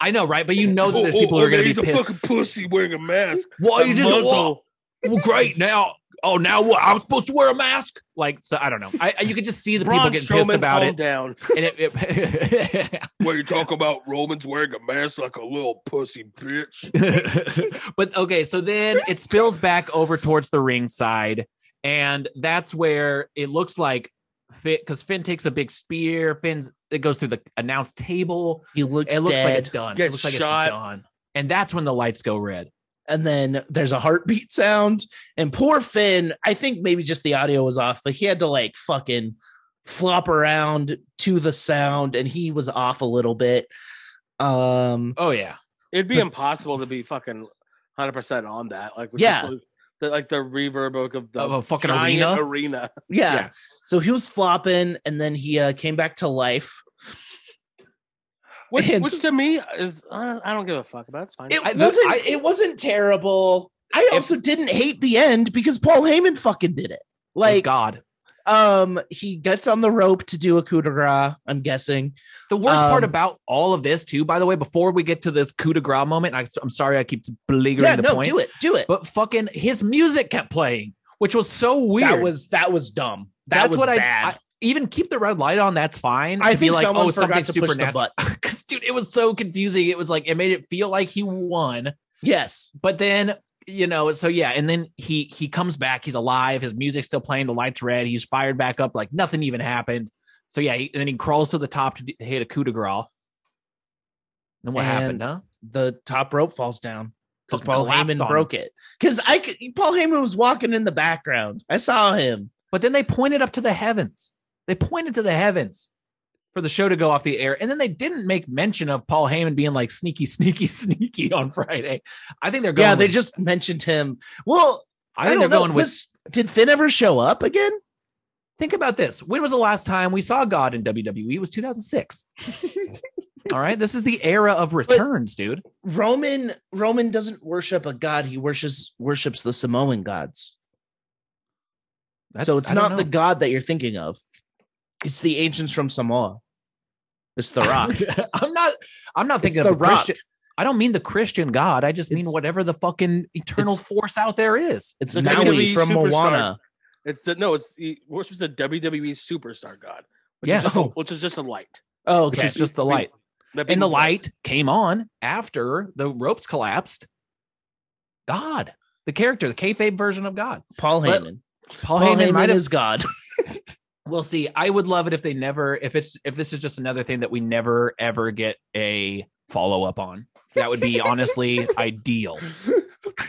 I know, right? But you know that there's
Oh,
people
oh,
who are gonna be
man, he's a
pissed.
fucking pussy wearing a mask.
Why
A
you just
muzzle.
well, great now. Oh, now what? I'm supposed to wear a mask? Like, so I don't know. I, I- you could just see the people
Braun
getting pissed
Strowman,
about
calm
it,
Down.
and it, it
Where you talk about Roman's wearing a mask like a little pussy bitch.
but okay, so then it spills back over towards the ring side, and that's where it looks like Finn, because Finn takes a big spear. Finn's it goes through the announce table.
He looks
it looks like
dead.
it's done.
Gets
It looks like
shot.
it's done. And that's when the lights go red.
and then there's a heartbeat sound. And poor Finn, I think maybe just the audio was off, but he had to like fucking flop around to the sound and he was off a little bit. Um
Oh yeah,
It'd be
But-
impossible to be fucking 100 percent on that. Like with
Yeah.
the, the- like the reverb of the
of a fucking
giant
arena. Oh,
arena.
yeah.
Yeah.
So he was flopping and then he uh, came back to life.
Which,
And-
which to me is I don't, I don't give a fuck about. it. It's fine.
It
I- the-
wasn't
I-
it wasn't terrible. I also didn't hate the end because Paul Heyman fucking did it.
Like
Like
God.
um he gets on the rope to do a coup de grace, I'm guessing.
The worst part
Um,
about all of this, too, by the way, before we get to this coup de grace moment, I, am sorry I keep beleaguering
yeah,
the
no,
point,
do it. Do it.
but fucking his music kept playing, which was so weird.
That was that was dumb. That
That's
was
what I-
bad.
I, even keep the red light on. That's fine.
I
To be
think
like,
someone
oh,
forgot
something
to push the
supernatural. Because dude, it was so confusing. It was like it made it feel like he won,
Yes.
but then you know, so yeah, and then he he comes back. He's alive. His music's still playing. The lights red. He's fired back up. Like nothing even happened. So yeah, he, and then he crawls to the top to d- hit a coup de grace. Then what
And-
happened? Huh?
The top rope falls down because
Fucking
Paul
collapsed
Heyman
on
broke it. Because I could, Paul Heyman was walking in the background. I saw him.
But then they pointed up to the heavens. They pointed to the heavens for the show to go off the air. And then they didn't make mention of Paul Heyman being like sneaky, sneaky, sneaky on Friday. I think they're going.
yeah, they
with-
just mentioned him. Well,
I
I,
think
don't
they're
know.
going with.
Was- did Finn ever show up again?
Think about this. When was the last time we saw God in WWE? It was 2006. All right, this is the era of returns, dude.
Roman Roman doesn't worship a god. He worships worships the Samoan gods.
That's-
so it's
I don't
not the
know.
god that you're thinking of. It's the ancients from Samoa. It's the Rock.
I'm not. I'm not thinking
It's
of
The
the
Rock.
Christian. I don't mean the Christian God. I just mean
It's-
whatever the fucking eternal
it's-
force out there is.
It's
The
Maui
WWE
E
from
superstar.
Moana.
It's the no. It's e, the which was the WWE superstar god. Which
Yeah.
is just a, which is just a light.
Oh,
Which
okay.
is just the
We-
light.
that
and the
people-
light came on after the ropes collapsed. God, the character, the kayfabe version of God.
Paul
But
Heyman.
Paul,
Paul
Heyman, might
Heyman
have.
is God.
we'll see. I would love it if they never, if it's, if this is just another thing that we never ever get a follow up on. That would be honestly ideal.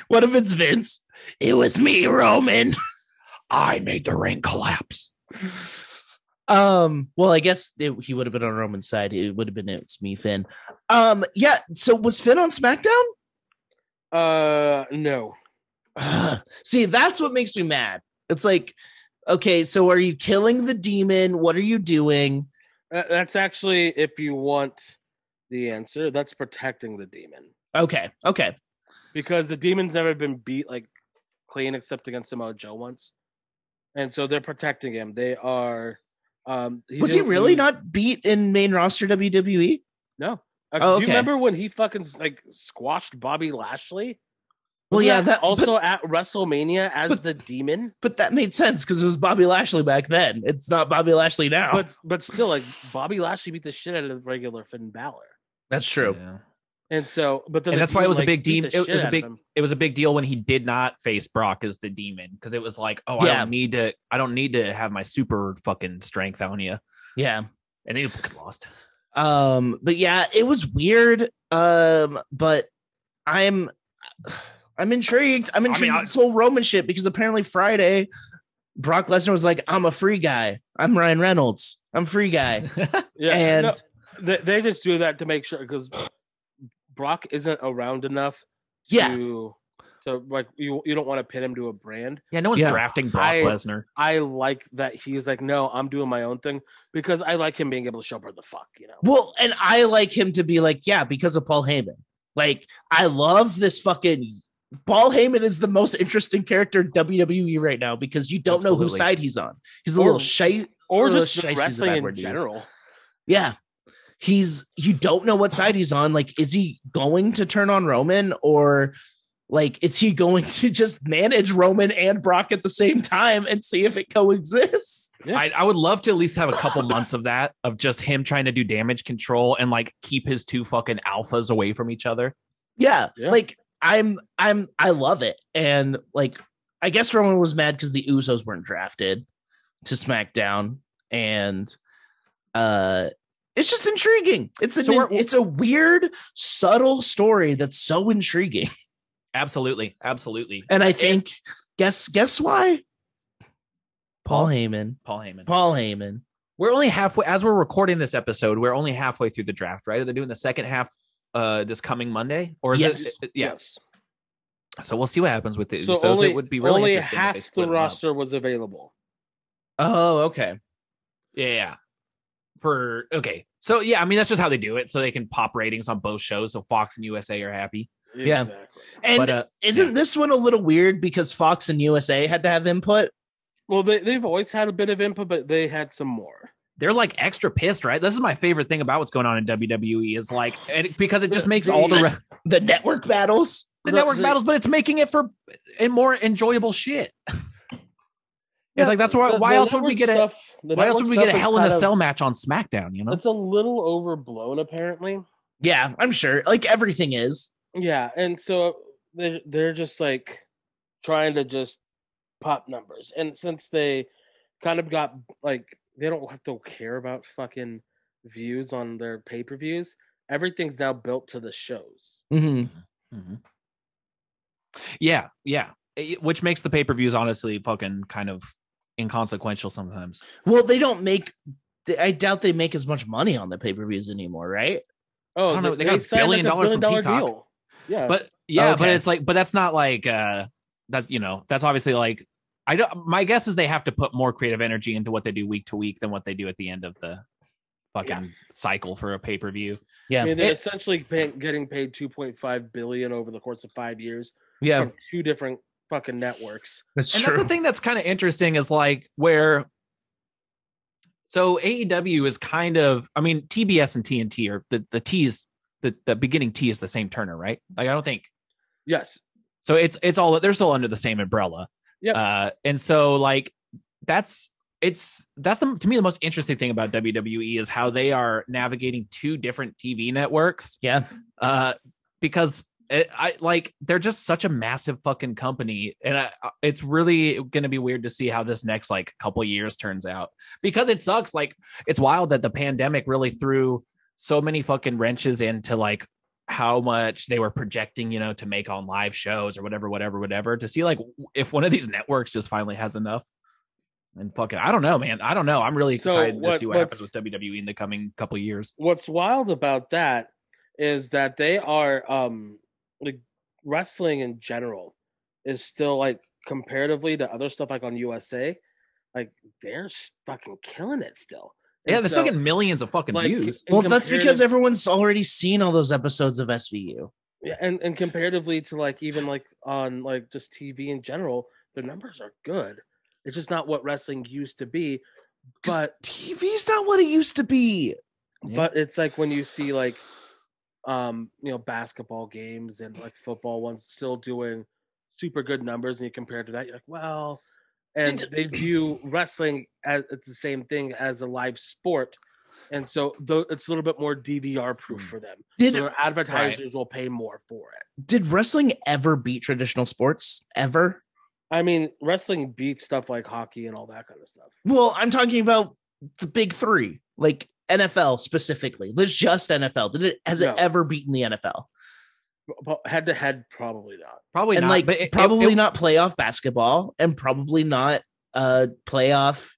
What if it's Vince? It was me, Roman.
I made the ring collapse.
Um, well, I guess it, he would have been on Roman's side. It would have been it's me, Finn. Um, yeah. So was Finn on SmackDown?
Uh, no.
Ugh. See, that's what makes me mad. It's like, okay, so are you killing the demon? What are you doing?
Uh, That's actually if you want the answer. That's protecting the demon.
Okay, okay.
because the demon's never been beat like clean except against Samoa Joe once, and so they're protecting him. They are. Um,
was he
didn't
really
lose-
not beat in main roster E? WWE?
No. Uh,
Oh,
Do
okay.
you remember when he fucking like squashed Bobby Lashley?
Well,
Wasn't
yeah, that
also at WrestleMania as
but-
the demon,
But that made sense because it was Bobby Lashley back then. It's not Bobby Lashley now.
but but still like Bobby Lashley beat the shit out of regular Finn Balor,
that's true.
and so but then
And
the
that's why it was a big
beat
demon-
the
it was
shit
a
out of
big-
him.
It was a big deal when he did not face Brock as the demon because it was like, oh, I
Yeah.
don't need to, I don't need to have my super fucking strength on you.
Yeah.
And they fucking lost.
um but yeah it was weird um but i'm i'm intrigued i'm intrigued
I-
with this whole roman shit because apparently friday Brock Lesnar was like, I'm a free guy. I'm Ryan Reynolds. I'm free guy.
Yeah,
and
no, they, they just do that to make sure because Brock isn't around enough.
Yeah.
To, to like you, you don't want to pin him to a brand.
yeah, no one's
Yeah.
drafting Brock
I-
Lesnar.
I like that he's like, no, I'm doing my own thing because I like him being able to show where the fuck, you know.
well, and I like him to be like, yeah, because of Paul Heyman. Like, I love this fucking Paul Heyman is the most interesting character in WWE right now because you don't know whose
Absolutely.
side he's on. He's a
Or-
little shy.
Or
Ugh,
just
shice is a bad
wrestling in
word to use.
general.
Yeah. He's you don't know what side he's on. Like, is he going to turn on Roman or like is he going to just manage Roman and Brock at the same time and see if it coexists?
Yeah.
I, I would love to at least have a couple months of that of just him trying to do damage control and like keep his two fucking alphas away from each other.
Yeah,
Yeah.
like I'm I'm I love it. And like I guess Roman was mad because the Usos weren't drafted to SmackDown. And uh it's just intriguing. It's a
So we're-
it's a weird, subtle story that's so intriguing.
Absolutely, absolutely.
And I think guess guess why? Paul Heyman.
Paul Heyman.
Paul Heyman.
We're only halfway as we're recording this episode. We're only halfway through the draft, right? They're doing the second half uh this coming Monday, or is
Yes.
it? uh, Yeah.
Yes.
So we'll see what happens with the
So
Usos.
only,
it would be really
only
interesting if they
half
split
the
them up.
roster was available.
Oh, okay.
Yeah, yeah. Per okay, so yeah, I mean that's just how they do it, so they can pop ratings on both shows, so Fox and USA are happy.
Yeah.
Exactly.
And
But, uh,
isn't
yeah.
this one a little weird because Fox and USA had to have input?
Well, they, they've always had a bit of input, but they had some more.
They're like extra pissed, right? This is my favorite thing about what's going on in WWE is like, and it- because it just makes all the re-
The network battles?
the
The-
network
the-
battles, but it's making it for and more enjoyable shit. it's like that's why.
The-
why
the
else would we
network
get a
stuff- the
Why else would
network
we get a
stuff is
Hell in a
kind of-
Cell match on SmackDown? You know,
It's a little overblown, apparently.
Yeah, I'm sure. Like everything is.
Yeah, and so they're they're just like trying to just pop numbers, and since they kind of got like they don't have to care about fucking views on their pay per views, everything's now built to the shows.
Mm-hmm.
yeah, yeah. It- which makes the pay per views honestly fucking kind of inconsequential sometimes.
Well, they don't make. they- I doubt they make as much money on the pay per views anymore, right?
Oh,
don't know, they got a
signed,
billion dollars from
billion-dollar
Peacock.
deal. Yeah,
But yeah, but
Okay.
it's like, but that's not like uh that's you know that's obviously like I don't. My guess is they have to put more creative energy into what they do week to week than what they do at the end of the fucking cycle for a pay per view.
Yeah,
I mean, they're
It-
essentially paying, getting paid two point five billion over the course of five years
yeah,
from two different fucking networks.
that's
and that's the thing that's kind of interesting is like where so AEW is kind of I mean TBS and TNT are the the T is the, the beginning T is the same Turner, right? Like I don't think
Yes,
so it's it's all they're still under the same umbrella.
Yep.
Uh and so like that's it's that's the to me the most interesting thing about WWE is how they are navigating two different TV networks
Yeah,
uh, because it, I like they're just such a massive fucking company, and I, I- it's really going to be weird to see how this next like couple years turns out because it sucks. Like it's wild that the pandemic really threw so many fucking wrenches into like how much they were projecting, you know, to make on live shows or whatever, whatever, whatever. To see like w- if one of these networks just finally has enough. And fucking, I don't know, man. I don't know. I'm really
So
excited to
what-
see what happens with
what's-
WWE in the coming couple years.
what's wild about that is that they are um like wrestling in general is still like comparatively to other stuff like on USA, like they're s- fucking killing it still.
Yeah,
And
they're still
so,
getting millions of fucking
like,
views.
in
well, that's because
comparative-
everyone's already seen all those episodes of SVU.
yeah, and and comparatively to like even like on like just TV in general, their numbers are good. It's just not what wrestling used to be,
'Cause
but
TV's not what it used to be.
Yeah.
but it's like when you see like um you know basketball games and like football ones still doing super good numbers and you compare to that you're like well and
Did-
they view wrestling as it's the same thing as a live sport and so though it's a little bit more DVR proof
Mm.
for them. So
Hmm. Did
their advertisers will pay more for it.
did wrestling ever beat traditional sports ever?
I mean, wrestling beats stuff like hockey and all that kind of stuff.
Well, I'm talking about the big three, like NFL specifically. Let's just NFL. Did it has
No.
it ever beaten the NFL?
But head to head, probably not.
Probably
and
not.
like
but it- it-
probably
it-
not playoff basketball, and probably not uh playoff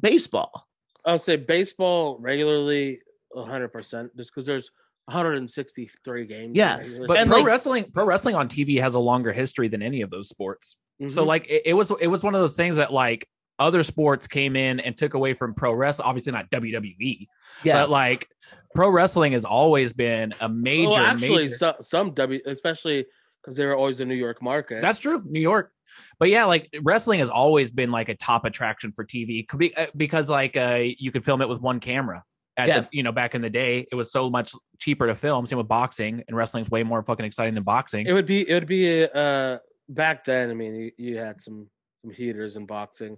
baseball.
I'll say baseball regularly 100% just because there's 163 games.
Yeah,
in regular
But
And,
season.
pro
like-
wrestling, pro wrestling on TV has a longer history than any of those sports. So
Mm-hmm.
Mhm.
like it, it was it was one of those things that like other sports came in and took away from pro wrestling. Obviously not WWE,
Yeah.
but like pro wrestling has always been a major.
well, actually,
major-
so- some W, especially because they were always a New York market.
That's true, New York. But yeah, like wrestling has always been like a top attraction for TV could be- uh, because like uh, you could film it with one camera. At
Yeah.
the, you know, back in the day, it was so much cheaper to film. Same with boxing, and wrestling's way more fucking exciting than boxing.
it would be it would be uh back then. I mean, you, you had some some heaters in boxing,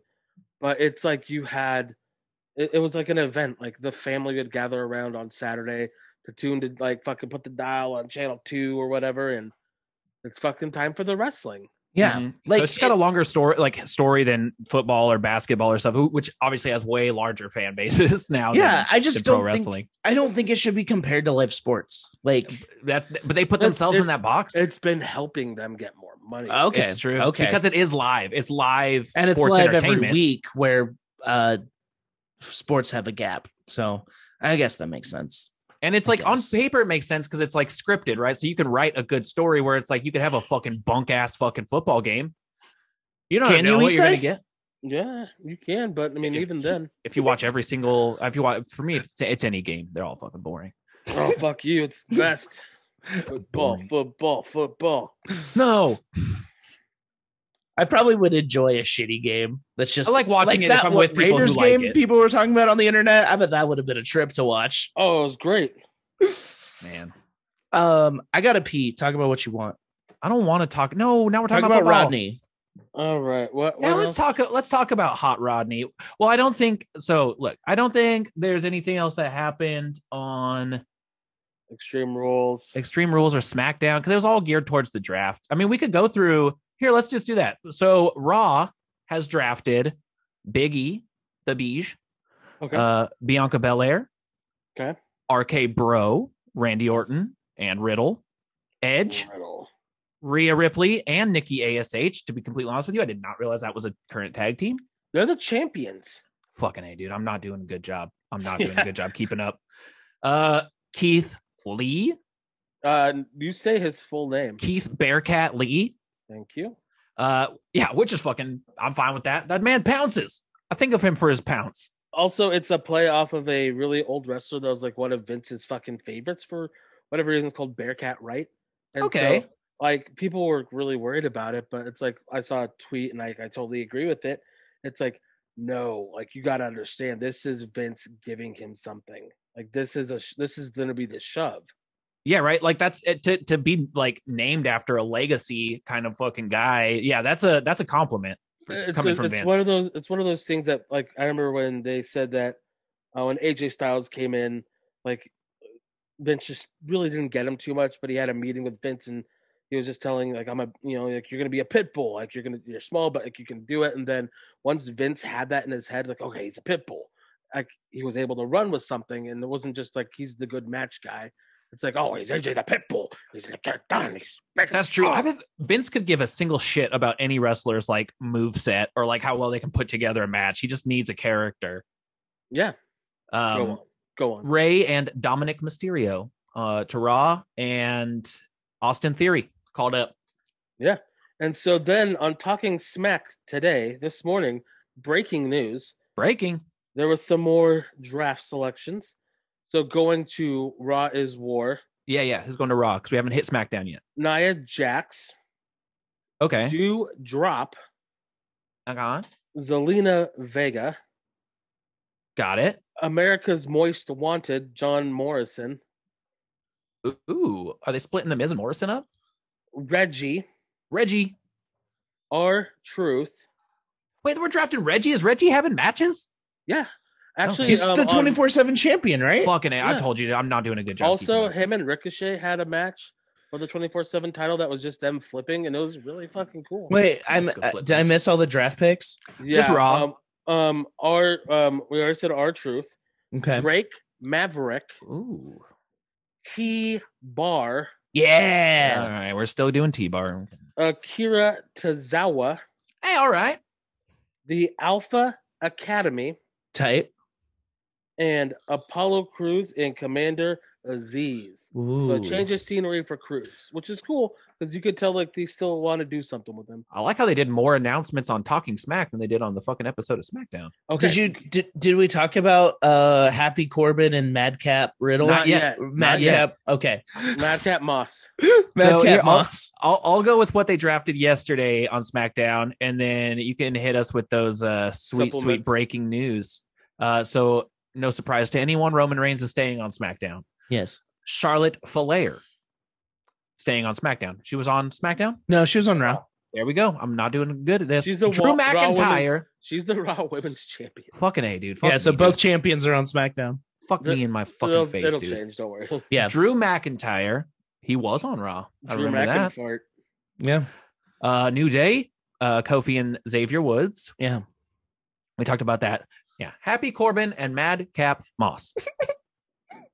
but it's like you had it, it was like an event. Like the family would gather around on Saturday to tune to like fucking put the dial on channel two or whatever, and it's fucking time for the wrestling.
Yeah.
Mhm.
like,
so it's just got a
it's-
longer story, like story than football or basketball or stuff, who- which obviously has way larger fan bases now.
Yeah, I
than,
just
than pro
don't think
wrestling.
I don't think it should be compared to live sports. Like
That's but they put
It's-
themselves in
it's-
that box.
It's been helping them get more money.
okay,
It's true.
Okay.
because it is live. It's live
and it's
sports
live every
entertainment.
week where uh sports have a gap. So I guess that makes sense.
And it's
I
like on
guess.
paper it makes sense because it's like scripted, right? So you can write a good story where it's like you could have a fucking bunk ass fucking football game. You don't
Can
know
you,
what
he
you're gonna
said?
get
Yeah, you can, but I mean,
If-
even then,
if you watch every single. If you watch for me, it's, it's any game. They're all fucking boring.
oh fuck you, it's the best. Football,
Boring.
football, football.
No,
I probably would enjoy a shitty game. That's just
I like watching it if I'm with people
Raiders
who like
game
it.
people were talking about on the internet. I bet that would have been a trip to watch.
Oh, it was great.
Man,
Um, I gotta pee. Talk about what you want.
I don't want to talk. No, now we're
Talk
talking
about
football.
Rodney.
All right, what?
Now
what
let's
else?
talk. Let's talk about Hot Rodney. Well, I don't think so. Look, I don't think there's anything else that happened on
Extreme rules.
Extreme Rules or SmackDown because it was all geared towards the draft. I mean, we could go through here. Let's just do that. So Raw has drafted Biggie, the Beige,
Okay.
uh, Bianca Belair,
Okay.
RK Bro, Randy Orton, and Riddle, Edge,
Riddle.
Rhea Ripley, and Nikki Ash. To be completely honest with you, I did not realize that was a current tag team.
They're the champions.
Fucking a, dude, I'm not doing a good job. I'm not doing
Yeah.
a good job keeping up. Uh, Keith Lee,
Uh, you say his full name.
Keith Bearcat Lee.
Thank you.
Uh, yeah, which is fucking. I'm fine with that. That man pounces. I think of him for his pounce.
Also, it's a play off of a really old wrestler that was like one of Vince's fucking favorites for whatever reason. It's called Bearcat Wright. And
Okay.
So, like people were really worried about it, but it's like I saw a tweet and like I totally agree with it. It's like no, like you got to understand this is Vince giving him something. Like this is a sh- this is going to be the shove.
Yeah, right. Like that's it, to to be like named after a legacy kind of fucking guy. Yeah, that's a that's a compliment for-
it's,
coming
it's-
from
it's
Vince.
one of those it's one of those things that like i remember when they said that uh, when aj styles came in like vince just really didn't get him too much but he had a meeting with vince and he was just telling like i'm a you know like you're gonna be a pit bull like you're gonna you're small but like you can do it and then once vince had that in his head like okay he's a pit bull like he was able to run with something and it wasn't just like he's the good match guy it's like oh he's aj the pit bull he's like done he's big and
that's true.
strong."
I bet Vince could give a single shit about any wrestler's like move set or like how well they can put together a match. He just needs a character.
yeah go on
Um,
go on
Ray and Dominic Mysterio uh, to Raw and Austin Theory called up.
And so then on Talking Smack today, this morning, breaking news,
Breaking.
there was some more draft selections. So going to Raw is War,
Yeah, yeah. Who's going to Raw? Because we haven't hit SmackDown yet.
Nia Jax,
Okay.
do drop
Okay.
Zelina Vega,
Got it.
America's Moist Wanted, John Morrison,
Ooh. Are they splitting the Miz and Morrison up?
Reggie,
Reggie.
R Truth.
Wait, we're drafting Reggie. Is Reggie having matches?
Yeah. Actually,
He's
um,
the
on-
twenty four seven champion, right?
Fucking it. I
Yeah.
told you I'm not doing a good job.
also,
keeping up.
him and Ricochet had a match for the 24 7 title that was just them flipping, and it was really fucking cool.
Wait, I'm
Let's go
uh,
flip
did I
those.
miss all the draft picks?
Just raw.
Um, um, our um, we already said our truth.
Okay.
Drake, Maverick,
Ooh.
T Bar,
All
Yeah.
right. We're still doing T bar.
Akira Tozawa,
Hey, all right.
the Alpha Academy
Tight.
and Apollo Crews and Commander Aziz. So
Ooh.
it changes scenery for Cruz, which is cool because you could tell like they still want to do something with him.
I like how they did more announcements on Talking Smack than they did on the fucking episode of SmackDown.
Okay.
Did you did, did we talk about uh Happy Corbin and Madcap Riddle?
Not yet. Not
Madcap. Okay.
Madcap Moss?
Madcap
here, I'll-
Moss.
I'll, I'll go with what they drafted yesterday on SmackDown, and then you can hit us with those uh, sweet, sweet
Supplements.
breaking news. Uh, so, no surprise to anyone, Roman Reigns is staying on SmackDown.
Yes.
Charlotte Flair staying on SmackDown. She was on SmackDown.
No, she was on Raw.
There we go. I'm not doing good at this.
She's the
Drew
wa- Raw woman.
McIntyre.
She's the Raw Women's Champion.
Fucking a dude. Fuck
Yeah, so
me,
both
dude.
champions are on SmackDown.
fuck
the-
me in my fucking
it'll
face,
it'll
dude.
change. Don't worry. Drew
Yeah.
Drew McIntyre. He was on Raw. I remember that.
McIntyre.
Yeah.
Uh, New Day, uh, Kofi and Xavier Woods.
Yeah.
We talked about that. Yeah. Happy Corbin and Madcap Moss.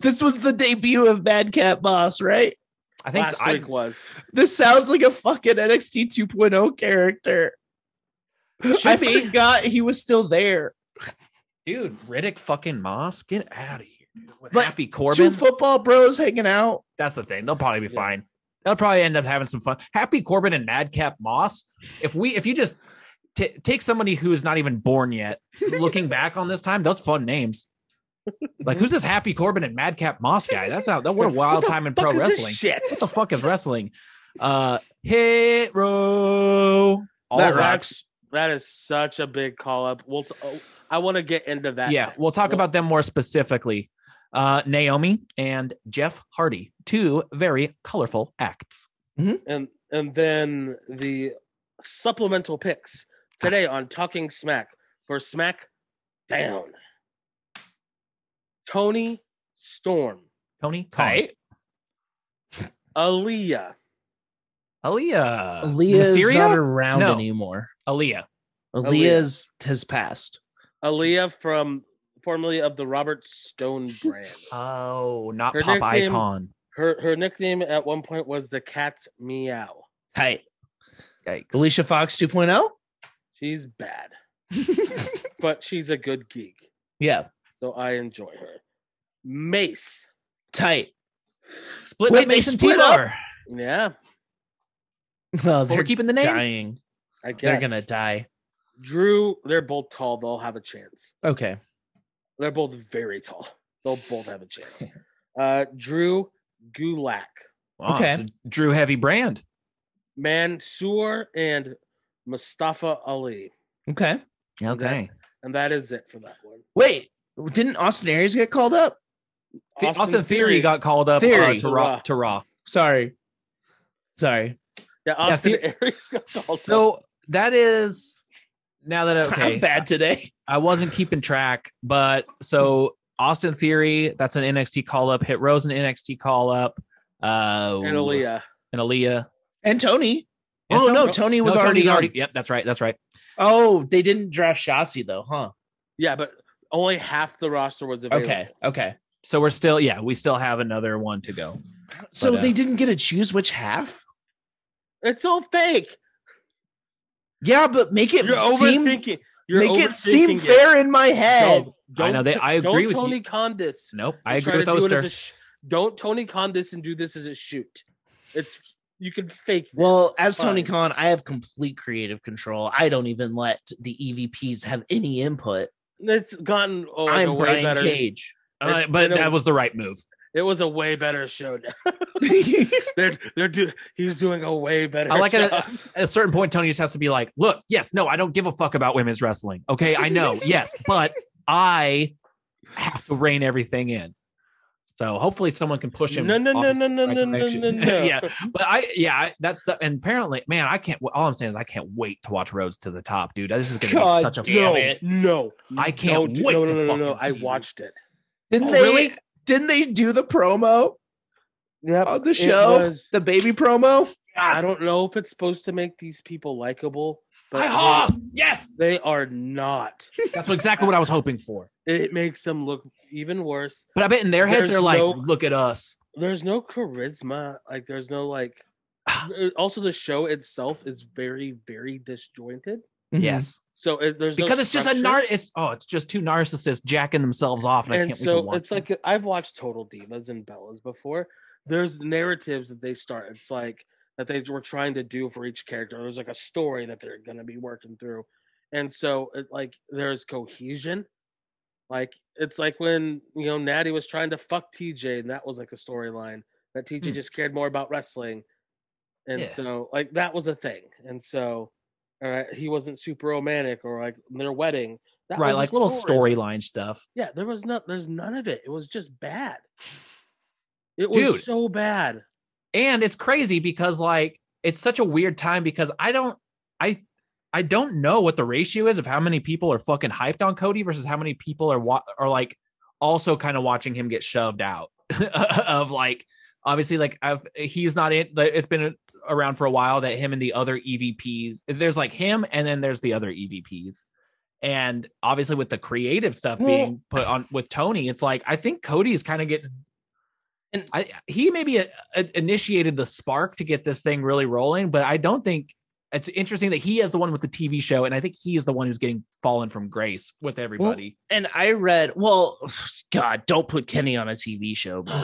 this was the debut of Madcap Moss, right?
I think so.
Last
I,
week was
This sounds like a fucking NXT 2.0 character. I
Should be.
forgot he was still there.
dude, Riddick fucking Moss, get out of here. dude. With
But
Happy Corbin.
Two football bros hanging out.
that's the thing. They'll probably be
Yeah.
fine. They'll probably end up having some fun. Happy Corbin and Madcap Moss. If we, if you just t- take somebody who is not even born yet, looking back on this time, those fun names. Like who's this Happy Corbin and Madcap Moss guy? That's how that what a wild
What the
time in
fuck
pro
is this
wrestling.
Shit.
What the fuck is wrestling? Uh, hit row. All
that
right.
rocks.
That is such a big call up. We'll. T- oh, I want to get into that.
Yeah, we'll talk about them more specifically. Uh, Naomi and Jeff Hardy, two very colorful acts.
and and then the supplemental picks today on Talking Smack for Smack Down. Tony Storm,
Tony, Khan,
Right.
Aaliyah,
Aaliyah,
Aaliyah's
Mysterio?
not around
No.
anymore.
Aaliyah.
Aaliyah's has passed.
Aaliyah from formerly of the Robert Stone brand.
Oh, not
Her
pop
nickname-
icon.
Her her nickname at one point was the Cat's Meow.
Tight.
Yikes.
Alicia Fox oh? 2.0?
She's bad, but she's a good geek,
Yeah.
so I enjoy her. Mace,
Tight.
Split
Wait,
up
they
Mason
split up?
Taylor.
yeah,
Oh,
But we're
they're
keeping the names.
dying.
I guess
They're gonna die.
Drew. They're both tall. They'll have a chance.
Okay.
They're both very tall. They'll both have a chance. Uh, Drew Gulak,
Wow,
Okay.
it's a Drew Heavy Brand.
Mansoor, and Mustafa Ali.
Okay.
Okay.
And that is it for that one.
Wait, didn't Austin Aries get called up?
The- Austin, Theory, got called up
Theory.
Uh, to, Raw, to Raw.
Sorry. Sorry.
Yeah, Austin
The-
Aries got called up.
So that is now that okay.
I'm bad today.
I wasn't keeping track, but so Austin Theory, that's an NXT call up. Hit Rose, an NXT call up. Uh,
And Aaliyah.
And Aaliyah.
And Tony.
And
oh
Tony-
no, Tony was
No,
already, on.
Tony's Yep, that's right. That's right.
Oh, they didn't draft Shotzi though, huh?
Yeah, but only half the roster was available.
Okay. Okay.
So we're still, yeah, we still have another one to go.
So
But, uh,
they didn't get to choose which half?
It's all fake.
Yeah, but make it
You're
seem
overthinking. You're
make it seem
overthinking
fair in my head.
Don't,
I know they. I agree with
don't Tony
you.
Condis.
Nope, I
and try
agree with
to do it as
Oster.
a sh- don't Tony Condis and do this as a shoot. It's you can fake. This.
Well, as Tony
Fine.
Khan, I have complete creative control. I don't even let the EVPs have any input.
It's gotten oh, like a
I'm
way
Brian
better.
Cage.
Uh,
it's
but
been a-
that was the right move.
It was a way better show. they're they're do- he's doing a way better.
I like it.
job.
At a certain point, Tony just has to be like, "Look, yes, no, I don't give a fuck about women's wrestling. Okay, I know, yes, but I have to rein everything in." So hopefully, someone can push him.
No, no,
off
no,
his
no, no,
right
no, no,
direction.
no, no.
yeah, but I, yeah, I, that stuff. And apparently, man, I can't. All I'm saying is, I can't wait to watch Rhodes to the top, dude. This is going to be
God
such a
damn
fun-
it.
No,
I can't
Don't do-
wait
No,
to
no, no, no,
fucking
no. I
see.
watched it.
Didn't
Oh,
they?
really?
Didn't they do the promo
Yeah,
on Oh, the show?
was-
the baby promo.
I don't know if it's supposed to make these people likable, but
Hi-ha! Yes,
they they are not.
that's exactly what I was hoping for.
It makes them look even worse.
But I bet in their heads,
There's
they're like,
no-
"Look at us."
There's no charisma. Like
Ah.
there's no like. Also, the show itself is very, very disjointed.
Yes,
So it, there's no
because it's just a
structure.
nar. It's oh, it's just two narcissists jacking themselves off, and, I
and
can't believe I
so
want
it's like I've watched Total Divas and Bellas before. There's narratives that they start. It's like that they were trying to do for each character. There's like a story that they're going to be working through, and so it, like there's cohesion. Like it's like when you know Natty was trying to fuck TJ, and that was like a storyline that TJ
Hmm.
just cared more about wrestling, and
Yeah.
so like that was a thing, and so. All right, he wasn't super romantic, or like their wedding. That
right,
was a
like little storyline stuff.
yeah, there was no, there's none of it. It was just bad. It
Dude.
was so bad.
and it's crazy because like it's such a weird time because i don't i i don't know what the ratio is of how many people are fucking hyped on cody versus how many people are wa- are like also kind of watching him get shoved out of like obviously like i've he's not in like, it's been around for a while that him and the other evps there's like him and then there's the other evps and obviously with the creative stuff
Well-
being put on with tony it's like i think cody's kind of getting I, he maybe uh uh initiated the spark to get this thing really rolling, but I don't think it's interesting that he is the one with the TV show, and I think he is the one who's getting fallen from grace with everybody.
And I read, well, God, don't put Kenny on a TV show. bro.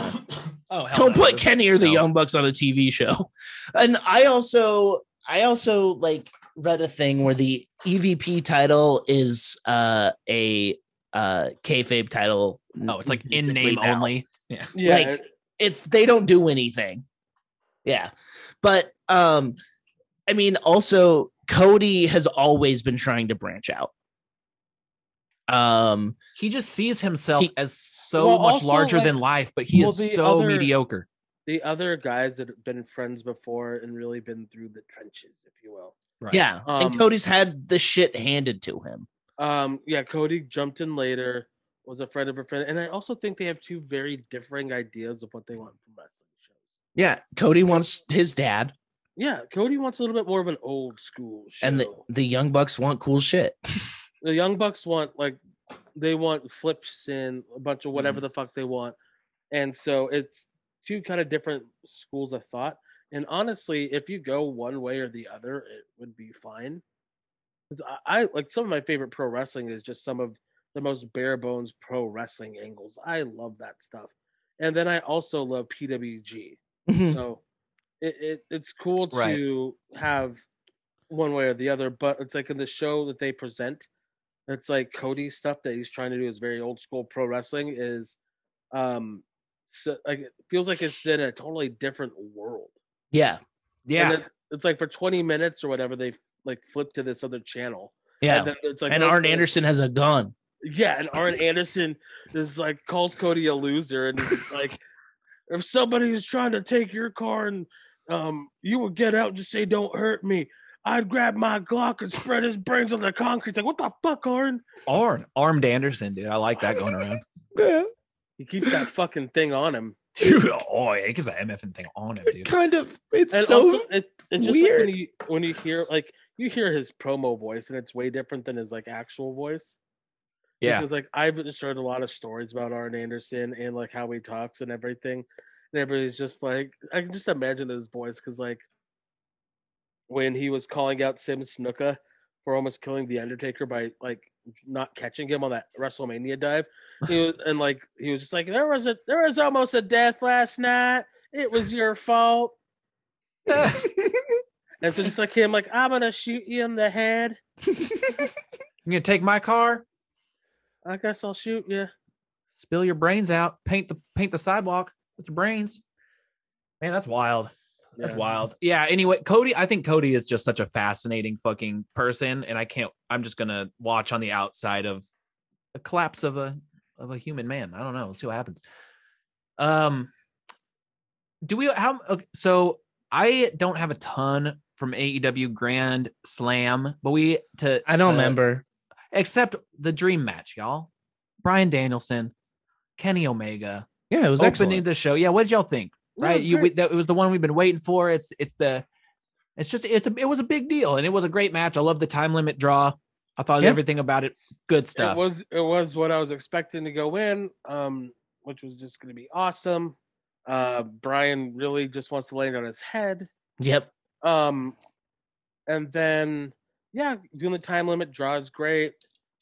oh, hell
don't
no.
put Kenny or the
no.
Young Bucks on a TV show. And I also, I also like read a thing where the EVP title is uh, a uh, kayfabe title.
No, Oh, it's like in
basically
name
now.
only.
Yeah,
Like- It's they don't do anything. Yeah, but um, I mean, also Cody has always been trying to branch out. Um,
He just sees himself
He-
as so
Well,
much
also,
larger
like-
than life, but he
Well, the
is so
other-
mediocre.
the other guys that have been friends before and really been through the trenches, if you will.
Right.
yeah,
Um,
and Cody's had the shit handed to him.
Um, yeah, Cody jumped in later, was a friend of a friend, and I also think they have two very differing ideas of what they want from wrestling shows.
Yeah, Cody wants his dad,
Yeah, Cody wants a little bit more of an old school show.
and the, the Young Bucks want cool shit.
the Young Bucks want like they want flips and a bunch of whatever the fuck they want. And so it's two kind of different schools of thought. And honestly, if you go one way or the other, it would be fine. 'Cause I, I like some of my favorite pro wrestling is just some of the most bare bones pro wrestling angles. I love that stuff. And then I also love PWG. So it, it it's cool to
Right.
have one way or the other, but it's like in the show that they present, it's like Cody's stuff that he's trying to do is very old school pro wrestling is um so like it feels like it's in a totally different world.
Yeah,
Yeah.
And then it's like for 20 minutes or whatever they like flip to this other channel.
yeah.
And then it's like
and
oh,
Arn
cool.
Anderson has a gun.
Yeah, and Arn Anderson is like calls Cody a loser and he's like if somebody is trying to take your car and um you would get out and just say don't hurt me. I'd grab my Glock and spread his brains on the concrete. Like, what the fuck, Arn?
Arn, armed Anderson, dude. I like that going around.
He keeps that fucking thing on him.
dude, oh, yeah, it gives that MF and thing on him, dude.
Kind of. It's
And also it, it's just like
weird.
when you when you hear like you hear his promo voice and it's way different than his like actual voice.
Yeah.
Because like I've just heard a lot of stories about Arn Anderson and like how he talks and everything. And everybody's just like I can just imagine his voice because like when he was calling out Sim Snuka for almost killing the Undertaker by like not catching him on that WrestleMania dive. He was, and like he was just like there was a there was almost a death last night. It was your fault. And so just like him, like I'm gonna shoot you in the head.
You gonna take my car?
I guess I'll shoot you.
spill your brains out, paint the paint the sidewalk with your brains. Man, that's wild. That's
Yeah.
wild. Yeah. Anyway, Cody, I think Cody is just such a fascinating fucking person, and I can't. I'm just gonna watch on the outside of the collapse of a of a human man. I don't know. Let's see what happens. Um, do we how? Okay, so I don't have a ton from AEW Grand Slam, but we to
I don't
to-
remember.
except the dream match, y'all. Brian Danielson, Kenny Omega
Yeah, it was
opening
excellent.
the show. Yeah, what did y'all think?
Yeah, it
right,
was
you
great.
we, that, it was the one we've been waiting for. It's it's the it's just it's a it was a big deal and it was a great match. I love the time limit draw. I thought
Yeah.
everything about it good stuff.
It was it was what I was expecting to go in, um, which was just going to be awesome. Uh, Brian really just wants to land on his head,
Yep.
um, and Um, then yeah, doing the time limit draw is great.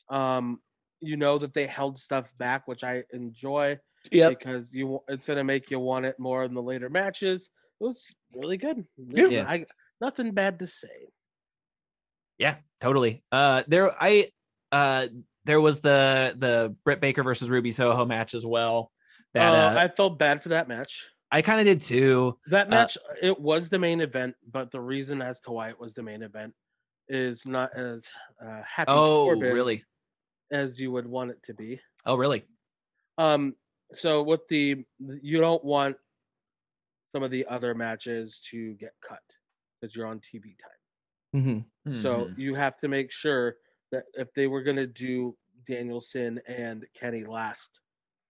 Um, you know that they held stuff back, which I enjoy
Yep.
because you wa- it's gonna make you want it more in the later matches. It was really good.
Yeah.
Yeah.
I, nothing bad to say.
Yeah, totally. Uh, there, I, uh, there was the the Britt Baker versus Ruby Soho match as well. That
Uh,
uh,
I felt bad for that match.
I, kind of did too.
That match it was the main event, but the reason as to why it was the main event is not as uh, happy
Oh,
Corbin
really?
as you would want it to be.
Oh, really?
Um, so with the you don't want some of the other matches to get cut because you're on TV time.
hmm
Mm-hmm.
So you have to make sure that if they were gonna do Danielson and Kenny last,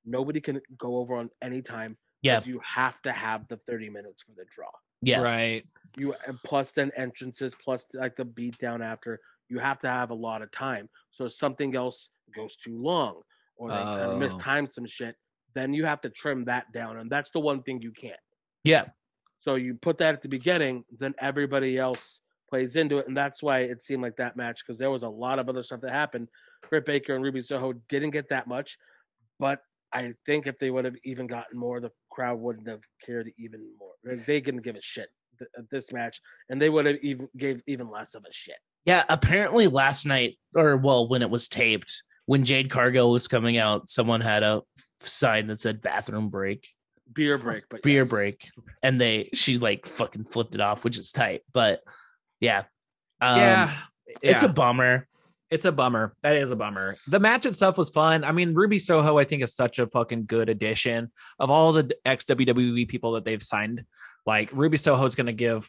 nobody can go over on any time. 'cause
Yeah.
you have to have the 30 minutes for the draw.
Yeah.
right.
you and plus then entrances plus like the beat down after you have to have a lot of time so if something else goes too long or they kind of
Oh.
mistime some shit then you have to trim that down and that's the one thing you can't
Yeah.
so you put that at the beginning then everybody else plays into it and that's why it seemed like that match because there was a lot of other stuff that happened Britt Baker and Ruby Soho didn't get that much but I think if they would have even gotten more, the crowd wouldn't have cared even more. Like, They couldn't give a shit th- at this match, and they would have even gave even less of a shit.
Yeah. Apparently, last night, or well, when it was taped, when Jade Cargo was coming out, someone had a f- sign that said "bathroom break."
Beer break, but
beer
yes.
break and they she like fucking flipped it off which is tight but yeah um,
yeah,
it's
yeah.
a bummer
It's a bummer. That is a bummer. The match itself was fun. I mean, Ruby Soho, I think, is such a fucking good addition of all the ex WWE people that they've signed. Like Ruby Soho is going to give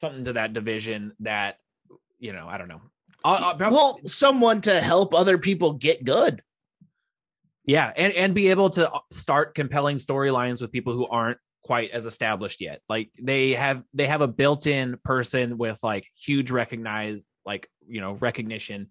something to that division that you know. I don't know. Uh, I'll- I'll-
well someone to help other people get good
yeah, and and be able to uh, start compelling storylines with people who aren't quite as established yet. Like they have they have a built-in person with like huge recognized like you know recognition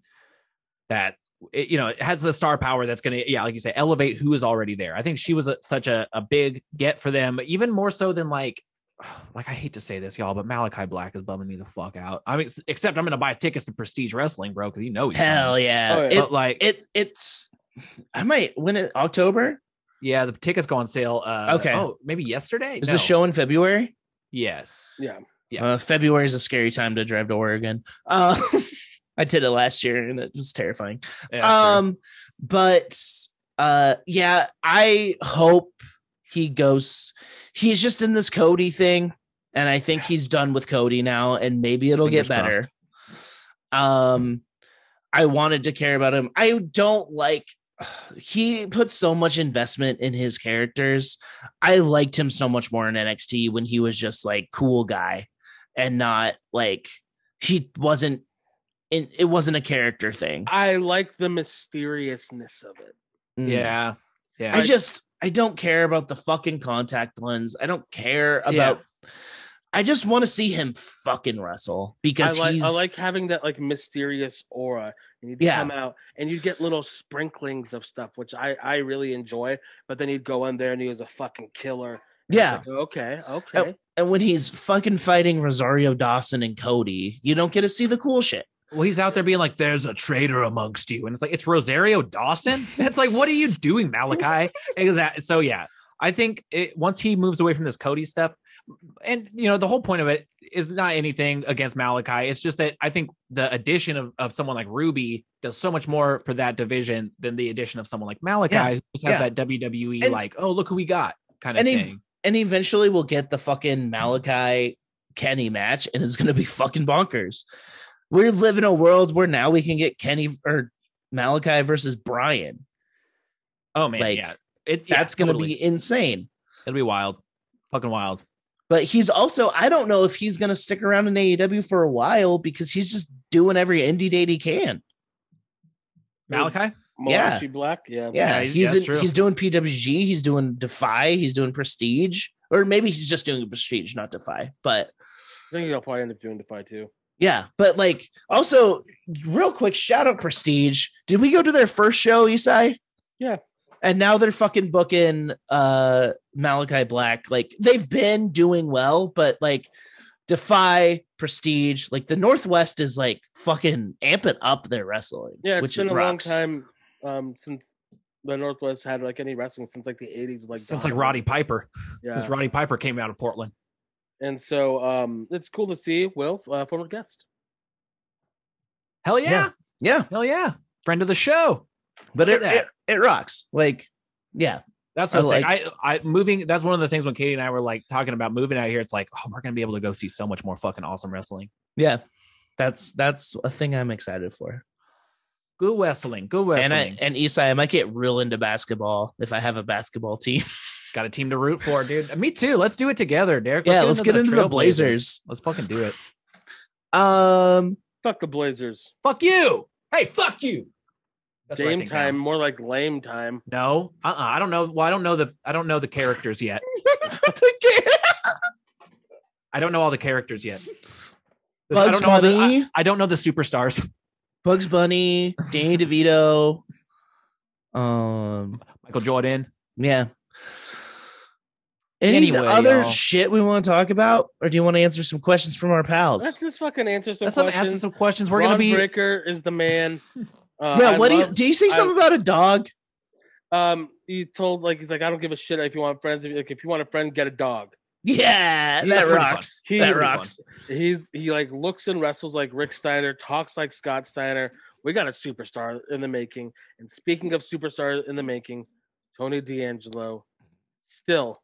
that it, you know it has the star power that's going to yeah like you say elevate who is already there. I think she was a, such a, a big get for them even more so than like like I hate to say this y'all but Malachi Black is bumming me the fuck out. I mean except I'm going to buy tickets to Prestige Wrestling bro cuz you know he's
hell
coming.
yeah,
Oh, yeah.
It,
But, like
it it's i might when it october
Yeah, the tickets go on sale. Uh,
Okay.
Oh, maybe yesterday.
is
No.
the show in february
Yes.
Yeah,
Yeah.
uh, february is a scary time to drive to oregon uh, i did it last year and it was terrifying
Yeah,
um but uh yeah i hope he goes he's just in this cody thing and i think he's done with cody now and maybe it'll
Fingers
get better um i wanted to care about him i don't like he put so much investment in his characters i liked him so much more in nxt when he was just like cool guy and not like he wasn't in, it wasn't a character thing
I like the mysteriousness of it.
sir. yeah. Yeah.
I just I don't care about the fucking contact lens. I don't care
Yeah.
about I just want to see him fucking wrestle
I
because
like
he's
I like having that like mysterious aura. And you'd
Yeah.
come out and you'd get little sprinklings of stuff, which I I really enjoy. But then he'd go in there and he was a fucking killer. It's
yeah. Oh,
like, okay, okay.
and when he's fucking fighting Rosario Dawson and Cody, you don't get to see the cool shit.
well, he's out there being like, there's a traitor amongst you. And it's like, it's Rosario Dawson. It's like, what are you doing, Malachi? exactly. So, yeah, I think it, once he moves away from this Cody stuff, and, you know, the whole point of it is not anything against Malachi. It's just that I think the addition of, of someone like Ruby does so much more for that division than the addition of someone like Malachi,
Yeah.
who just has
Yeah.
that WWE,
And-
like, oh, look who we got kind of
And he-
thing.
And eventually we'll get the fucking Malachi Kenny match and it's gonna be fucking bonkers. We're living a world where now we can get Kenny or Malachi versus Brian.
Oh man,
Like,
yeah, it, yeah,
That's gonna
totally.
be insane.
it'll be wild, fucking wild.
but he's also I don't know if he's gonna stick around in AEW for a while because he's just doing every indie date he can.
Malachi,
yeah.
Malachi Black, yeah.
Yeah,
Yeah,
he's
that's
in-
true.
he's doing PWG, he's doing Defy, he's doing Prestige, or maybe he's just doing Prestige, not Defy. But
I think he'll probably end up doing Defy too.
yeah, but like also real quick shout out Prestige. Did we go to their first show, Isai?
Yeah.
And now they're fucking booking uh Malachi Black. Like they've been doing well, but like Defy, prestige. Like the Northwest is like fucking amping up their wrestling.
Yeah, it's
which
been a
rocks.
long time um, since the Northwest had like any wrestling since like the '80s. Like
Sounds like
Donovan.
Roddy Piper, because
Yeah,
Roddy Piper came out of Portland.
and so um, it's cool to see Will, uh, former guest.
Hell yeah.
Yeah. Yeah,
Hell yeah. Friend of the show.
but
Look
it,
at
it it rocks. Like yeah,
That's
I
what I,
like-
I I moving. That's one of the things when Katie and I were like talking about moving out here. It's like, oh, we're gonna be able to go see so much more fucking awesome wrestling.
yeah. That's that's a thing I'm excited for.
Good wrestling. Good wrestling.
And I and Isai, I might get real into basketball if I have a basketball team.
Got a team to root for, dude. Me too. Let's do it together, Derek.
yeah, let's get into the
Trailblazers.
Blazers.
Let's fucking do it.
Um,
Fuck the Blazers.
Fuck you. Hey, fuck you. That's what I
Dame
think now.
time, more like lame time.
No, uh, uh I don't know. Well, I don't know the I don't know the characters yet. I don't know all the characters yet. I
Bugs
don't know all the,
Bunny.
I, I don't know the superstars.
Bugs Bunny, Danny DeVito. Um,
Michael Jordan.
yeah. Any
Anyway,
other
y'all.
shit we want to talk about, or do you want to answer some questions from our pals?
Let's just fucking answer some
That's some answer
questions.
some questions. We're
Ron
gonna be
Breaker is the man. Uh,
yeah,
I
what
love-
do you do? You say
I-
something about a dog?
Um, he told like he's like I don't give a shit if you want friends. If you- Like if you want a friend, get a dog.
Yeah,
He's
that
pretty
rocks.
fun. He's
That
pretty
rocks.
He's he like looks and wrestles like Rick Steiner, talks like Scott Steiner. We got a superstar in the making. And speaking of superstars in the making, Tony D'Angelo, still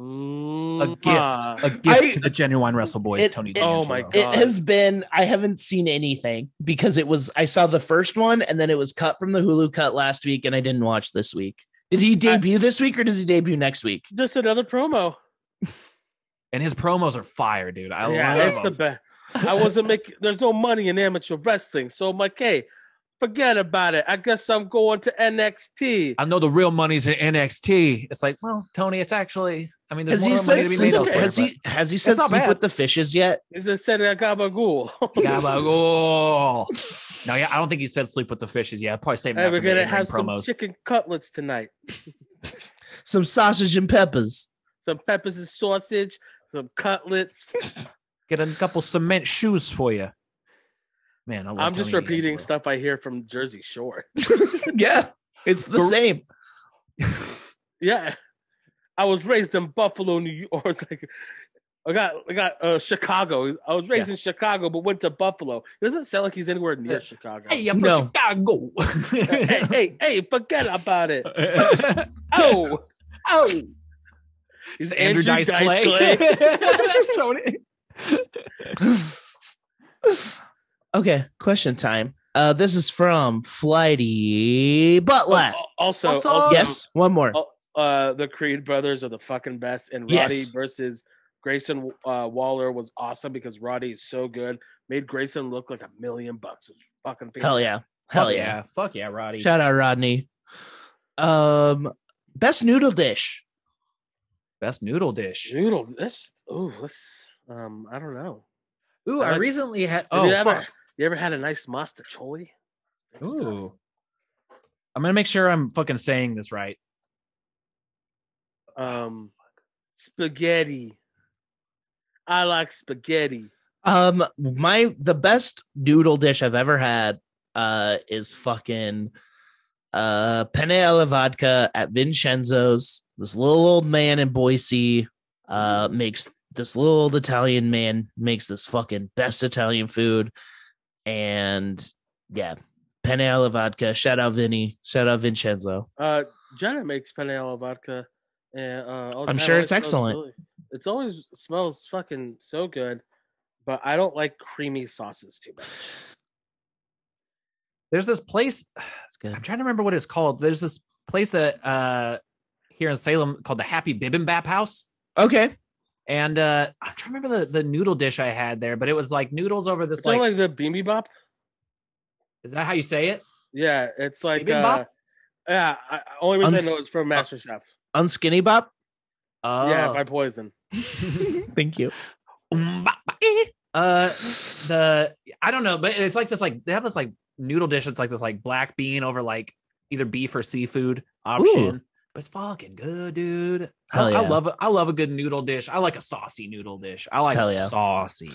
uh,
a gift,
Mwah.
a gift
I-
to the genuine wrestle boys,
It-
Tony.
it-
D'Angelo.
Oh my God.
It has been. I haven't seen anything because it was. I saw the first one, and then it was cut from the Hulu cut last week, and I didn't watch this week. Did he debut this week, or does he debut next week?
Just another promo.
And his promos are fire, dude. I
yeah,
love
that's the
them.
best. I wasn't making. There's no money in amateur wrestling, so I'm like, hey, forget about it. I guess I'm going to NXT.
I know the real money's in NXT. It's like, well, Tony, it's actually. I mean, there's
Has he
more money
said
to be
sleep?
made elsewhere.
sleeping-
Has
but-
he has he said
not
sleep
bad.
with the fishes yet?
Is it said I got my ghoul?
Gabagool. "Oh." No, yeah, I don't think he said sleep with the fishes. Yeah, probably saving
Hey,
that
we're
for the
gonna
in-ring
have some
promos.
chicken cutlets tonight.
Some sausage and peppers.
Some peppers and sausage, some cutlets.
Get a couple cement shoes for you. Man, I love
I'm just
Tony
repeating
D'Angelo.
stuff I hear from Jersey Shore.
yeah, it's the
Gor-
same.
Yeah, I was raised in Buffalo, New York. It's like I got I got uh, Chicago. I was raised in Chicago, but went to Buffalo. It doesn't sound like he's anywhere near
Yeah.
Chicago.
Hey, I'm
No.
from Chicago.
hey, hey, hey, forget about it. Oh,
oh,
he's
Andrew, Dice, Clay. Tony.
Okay, question time. Uh, this is from Flighty Buttlass.
Also,
Also-
also,
yes, one more.
Oh, uh, the Creed brothers are the fucking best, and Roddy
Yes.
versus Grayson uh, Waller was awesome because Roddy is so good, made Grayson look like a million bucks. It was fucking fantastic.
Hell yeah! Hell
Fuck
yeah!
Fuck yeah, Roddy.
Shout out Rodney. Um, best noodle dish.
Best noodle dish.
Noodle, this, oh, this, um, I don't know.
Ooh,
I
I
like-
recently had.
Have
Oh,
you ever,
fuck.
you ever had a nice masta choli? Good stuff.
Ooh. I'm gonna make sure I'm fucking saying this right.
um, spaghetti. I like spaghetti.
Um, my the best noodle dish I've ever had uh is fucking uh penne alla vodka at Vincenzo's. This little old man in Boise uh makes this little old Italian man makes this fucking best Italian food. And yeah, penne alla vodka. Shout out Vinny. Shout out Vincenzo.
Uh, Jenna makes penne alla vodka, and uh, all the
I'm
time.
sure
It
it's
smells
excellent.
really- it's always smells fucking so good, but I don't like creamy sauces too much.
There's this place.
It's good.
I'm trying to remember what it's called. There's this place that uh here in Salem called the Happy Bibimbap House.
Okay.
And uh I'm trying to remember the, the noodle dish I had there, but it was like noodles over this
It's
like,
not like the beamy bop.
is that how you say it?
Yeah, it's like uh,
Bibimbap?
yeah. I, I- only reason
Uns-
I know it's from Master Chef.
Unskinny bop.
Oh.
Yeah, by Poison.
Thank you.
uh the I don't know, but it's like this like they have this like noodle dish. It's like this like black bean over like either beef or seafood option. But it's fucking good, dude. I,
Hell
I
yeah.
love a- I love a good noodle dish. I like a saucy noodle dish. I like
Hell
it
yeah.
saucy. I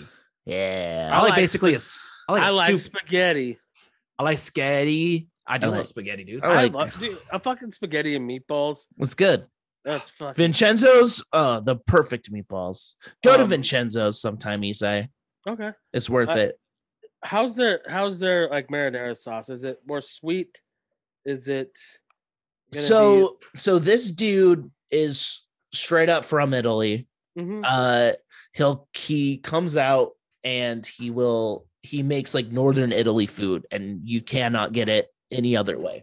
Yeah.
like
like
basically a s I like,
I
a
like
soup.
spaghetti.
I like spaghetti. I do
I
love
like-
spaghetti, dude.
I
I
like-
love dude, a fucking spaghetti and meatballs.
It's good.
That's fucking
Vincenzo's, uh, the perfect meatballs. Go to
Um,
Vincenzo's sometime, Isai.
okay.
It's worth
I-
it.
How's their how's their like marinara sauce? Is it more sweet? Is it gonna
So, so this dude is straight up from Italy.
be- Mhm.
uh he'll he comes out and he will he makes like northern italy food and you cannot get it any other way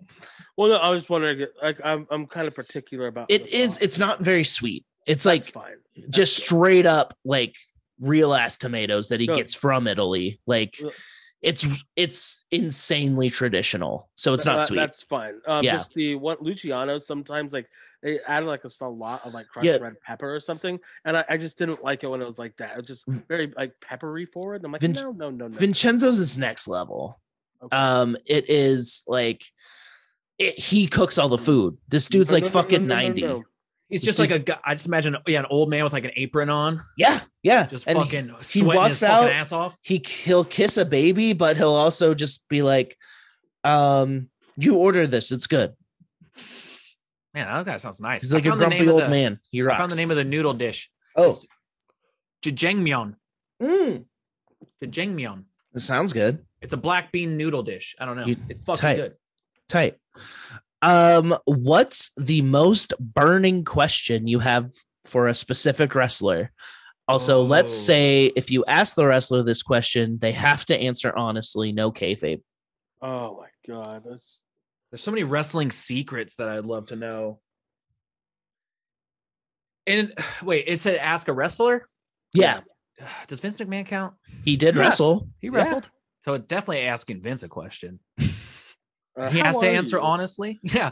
Well, no, I was wondering. Like, I'm I'm kind of particular about
it
the
is
sauce.
it's not very sweet it's
That's
like
fine.
just
good.
straight up like real ass tomatoes that he
Good.
gets from italy like
Well-
it's it's insanely traditional so it's
That-
not
that-
sweet
That's fine. Um,
Yeah.
Just the what Luciano sometimes like they add like just a lot of like crushed
Yeah.
red pepper or something, and I, I just didn't like it when it was like that. It was just very like peppery for it. and I'm like,
Vin-
no, no, no, no.
vincenzo's is next level
Okay.
um it is like it, he cooks all the
Mm.
food this dude's
No,
like
no, no, no,
fucking
no, no,
90
no.
He's
You
just
see-
like a guy. I just imagine, yeah, an old man with like an apron on,
yeah yeah
just
And he-
fucking sweating
walks
his fucking
out-
ass off.
he he'll kiss a baby, but he'll also just be like, um, you order this, it's good.
Man, that guy sounds nice.
He's
I
like a
found the name
grumpy
of
old
the-
man. He
I
rocks.
found the name of the noodle dish.
oh,
It's Jjajangmyeon.
mm,
Jjajangmyeon.
that sounds good.
It's a black bean noodle dish. I don't know.
You-
it's fucking
tight.
good.
Tight. Um, what's the most burning question you have for a specific wrestler? Also, let's
Oh.
say if you ask the wrestler this question, they have to answer honestly, no kayfabe.
Oh my god, that's
There's so many wrestling secrets that I'd love to know. And wait, it said ask a wrestler.
Yeah,
Does Vince McMahon count?
he did
Yeah.
wrestle.
He
Yeah.
wrestled. So it's definitely asking Vince a question.
uh,
he has
how
to
are
answer
you?
honestly. Yeah.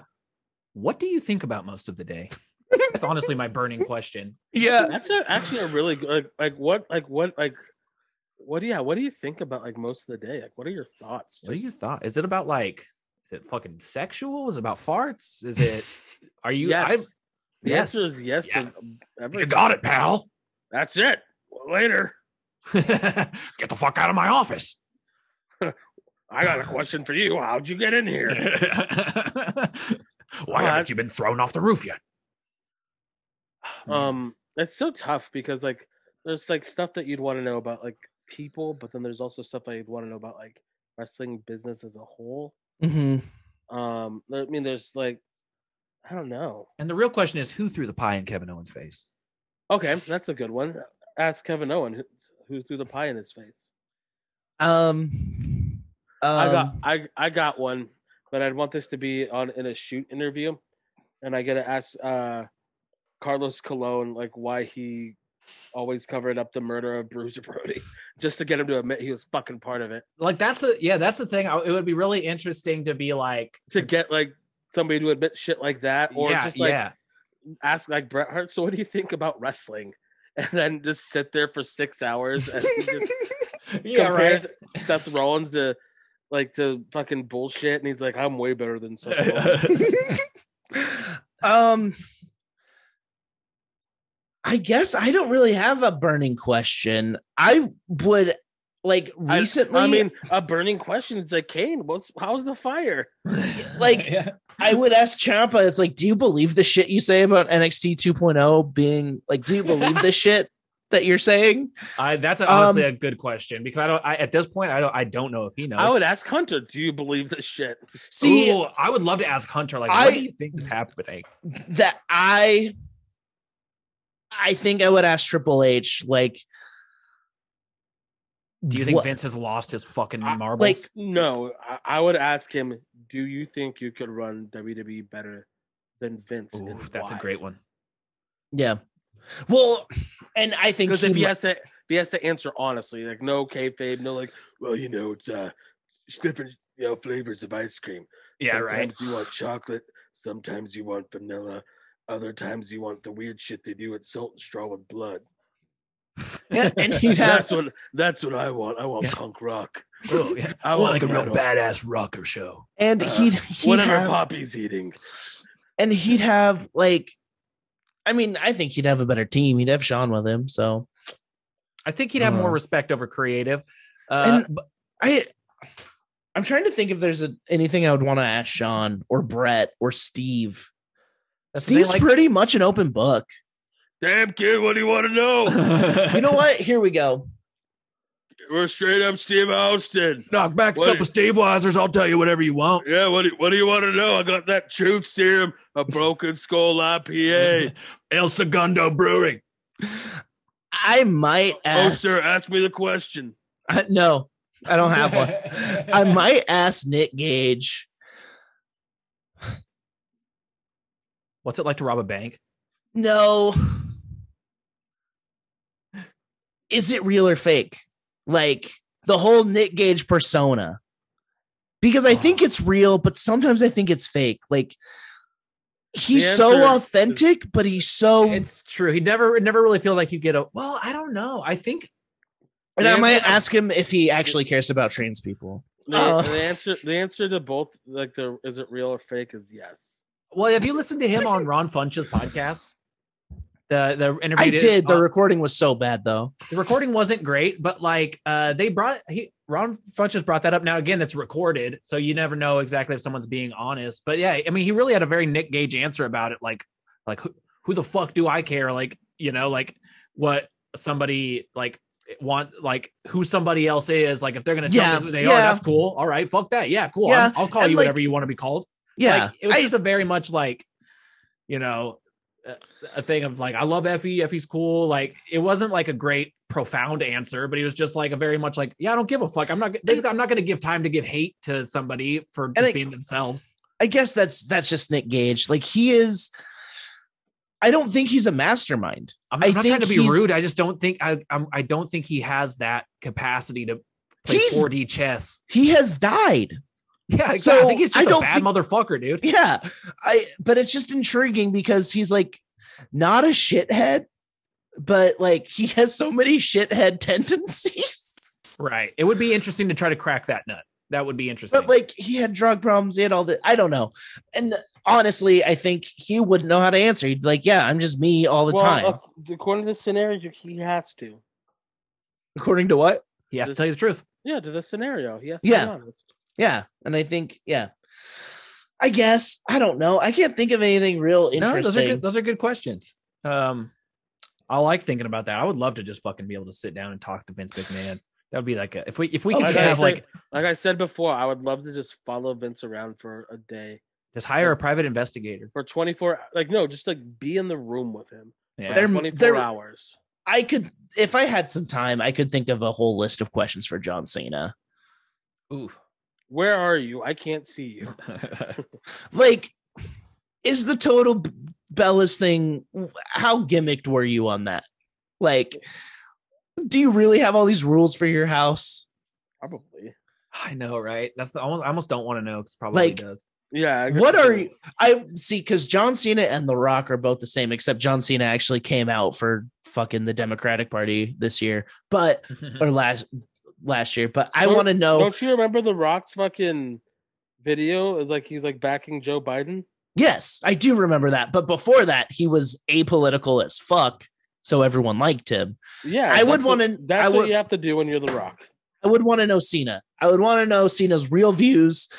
What do you think about most of the day? That's honestly my burning question.
Yeah.
That's a, actually a really good like, like what like what like what yeah what do you think about like most of the day like what are your thoughts
What do
Just-
you thought? Is it about like is it fucking sexual? Is it about farts? Is it are you
yes
I
the
yes.
answer is yes
Yeah.
to everything.
it, pal.
that's it later
Get the fuck out of my office.
I got a question for you how'd you get in here
Why
Alright.
you been thrown off the roof yet? Uh,
um it's so tough because like there's like stuff that you'd want to know about like people but then there's also stuff that you'd want to know about like wrestling business as a whole
hmm
um I mean there's like I don't know
And the real question is who threw the pie in Kevin Owens' face?
okay that's a good one ask Kevin Owen who, who threw the pie in his face.
Um,
I got
um,
I I got one, but I'd want this to be on in a shoot interview, and I gotta ask uh, Carlos Colon like why he always covered up the murder of Bruiser Brody just to get him to admit he was fucking part of it
Like that's the yeah, that's the thing. I, it would be really interesting to be like
to get like somebody to admit shit like that or
yeah,
just like
yeah.
ask like Bret Hart. So what do you think about wrestling? And then just sit there for six hours and he just
yeah, right.
compares Seth Rollins to like to fucking bullshit, and he's like, I'm way better than Seth Rollins.
um I guess I don't really have a burning question. I would like
I-
recently
I, mean, a burning question is like, Kane, what's how's the fire?
Like-
Yeah.
I would ask Champa it's like do you believe the shit you say about NXT 2.0 being like do you believe this shit that you're saying?
I, that's
Um,
honestly a good question because I don't. I, at this point, I don't. I don't know if he knows.
I would ask Hunter, do you believe this shit?
See
Ooh, I would love to ask Hunter. Like,
I-
what do you think is happening?
that I I think I would ask Triple H like
Do you think
what-
Vince has lost his fucking
I-
marbles?
like
No, I, I would ask him, do you think you could run WWE better than Vince?
Ooh,
and
that's a
why?"
great one.
yeah. Well, and I think
because
he
if he
mi-
has to, if he has to answer honestly, like no kayfabe, no like, well, you know, it's uh, it's different, you know, flavors of ice cream. sometimes you want chocolate, sometimes you want vanilla, other times you want the weird shit they do with salt and straw with blood.
Yeah, and he'd have
That's what that's what I want. I want punk rock.
Ooh, yeah.
I
Well,
want metal.
badass rocker show.
and
Uh,
he'd, he'd
Whatever
have,
Poppy's eating.
and he'd have like I mean, I think he'd have a better team. He'd have Sean with him, so
I think he'd have more
Uh.
respect over creative. Uh, but
I I'm trying to think if there's a, anything I would want to ask Sean or Brett or Steve.
That's the thing,
Steve's
like-
pretty much an open book.
Damn kid, what do you want to know?
You know what? Here we go.
We're straight up Steve Austin.
knock back
What-
Steve Weisers. I'll tell you whatever you want.
Yeah, what do, what do you want to know? I got that truth serum, a broken skull IPA.
El Segundo Brewing.
I might
Oh,
ask.
sir, ask me the question.
I- no, I don't have one. I might ask Nick Gage.
What's it like to rob a bank?
No. Is it real or fake? Like the whole Nick Gage persona. Because I think it's real, but sometimes I think it's fake. Like he's
The
so
answer-
authentic, but he's so
It's true. He never, it never really feels like you get a. Well, I don't know. I think
and
the
I might
answer-
ask him if he actually cares about trans people.
The,
Oh.
the answer, the answer to both, like the is it real or fake, is yes.
Well, have you listened to him on Ron Funch's podcast? The the interview
I
he
did. The
uh,
recording was so bad though.
the recording wasn't great, but like uh they brought he Ron Funch has brought that up now again. That's recorded, so you never know exactly if someone's being honest. But yeah, I mean, he really had a very Nick Gage answer about it. Like, like who, who the fuck do I care? Like, you know, like what somebody like want like who somebody else is. Like, if they're gonna tell
Yeah,
me who they are,
yeah.
that's cool. All right, fuck that. Yeah, cool.
Yeah,
I'm- I'll call
and,
you
like,
whatever you want to be called.
Yeah.
Like, it was
I-
just a very much like, you know, a, a thing of like, I love Effie. Effie's cool. Like, it wasn't like a great, profound answer, but it was just like a very much like, yeah, I don't give a fuck. I'm not, basically, I'm not going to give time to give hate to somebody for just
it-
being themselves.
I guess that's that's just Nick Gage. Like he is I don't think he's a mastermind.
I'm,
I
I'm not trying
think
to be
he's-
rude. I just don't think, I, I'm, I don't think he has that capacity to play
He's-
4D chess.
He has died.
Yeah.
So,
So I think he's
I
just a
don't
bad
think-
motherfucker, dude.
yeah i but it's just intriguing because he's like not a shithead but like he has so many shithead tendencies
Right. It would be interesting to try to crack that nut. That would be interesting.
but like he had drug problems he had all the i don't know and honestly i think he wouldn't know how to answer he'd be like yeah i'm just me all the time
uh, according to the scenario, he has to.
according to what
he has to tell you the truth.
Yeah, to the scenario, he has to
Yeah.
be honest.
yeah and i think yeah i guess i don't know i can't think of anything real
No, those are
interesting
good, those are good questions. Um, I like thinking about that. I would love to just fucking be able to sit down and talk to Vince McMahon. That would be like a, if we if we could
Okay.
just have like
Like I said before, I would love to just follow Vince around for a day
just hire a private investigator.
for 24. Like no, just like be in the room with him for
Yeah.
They're-
24
they're-
hours.
i could if i had some time i could think of a whole list of questions for john cena
Ooh.
Where are you? I can't see you.
like is the total B- bellas thing how gimmicked were you on that like do you really have all these rules for your house
Probably.
I know, right? That's the I almost, I almost don't want to know because probably
Like-
does.
Yeah. I
what
guess
are
so.
you i see because john cena and the rock are both the same except john cena actually came out for fucking the democratic party this year but or last last year but i
Don't-
want to know
Don't you remember The Rock's fucking video? It's Like he's like backing Joe Biden.
yes i do remember that but before that he was apolitical as fuck so everyone liked him
Yeah,
I would
that's what-
wanna-
That's
I
what
would-
you have to do when you're The Rock.
I would want to know Cena. I would want to know Cena's real views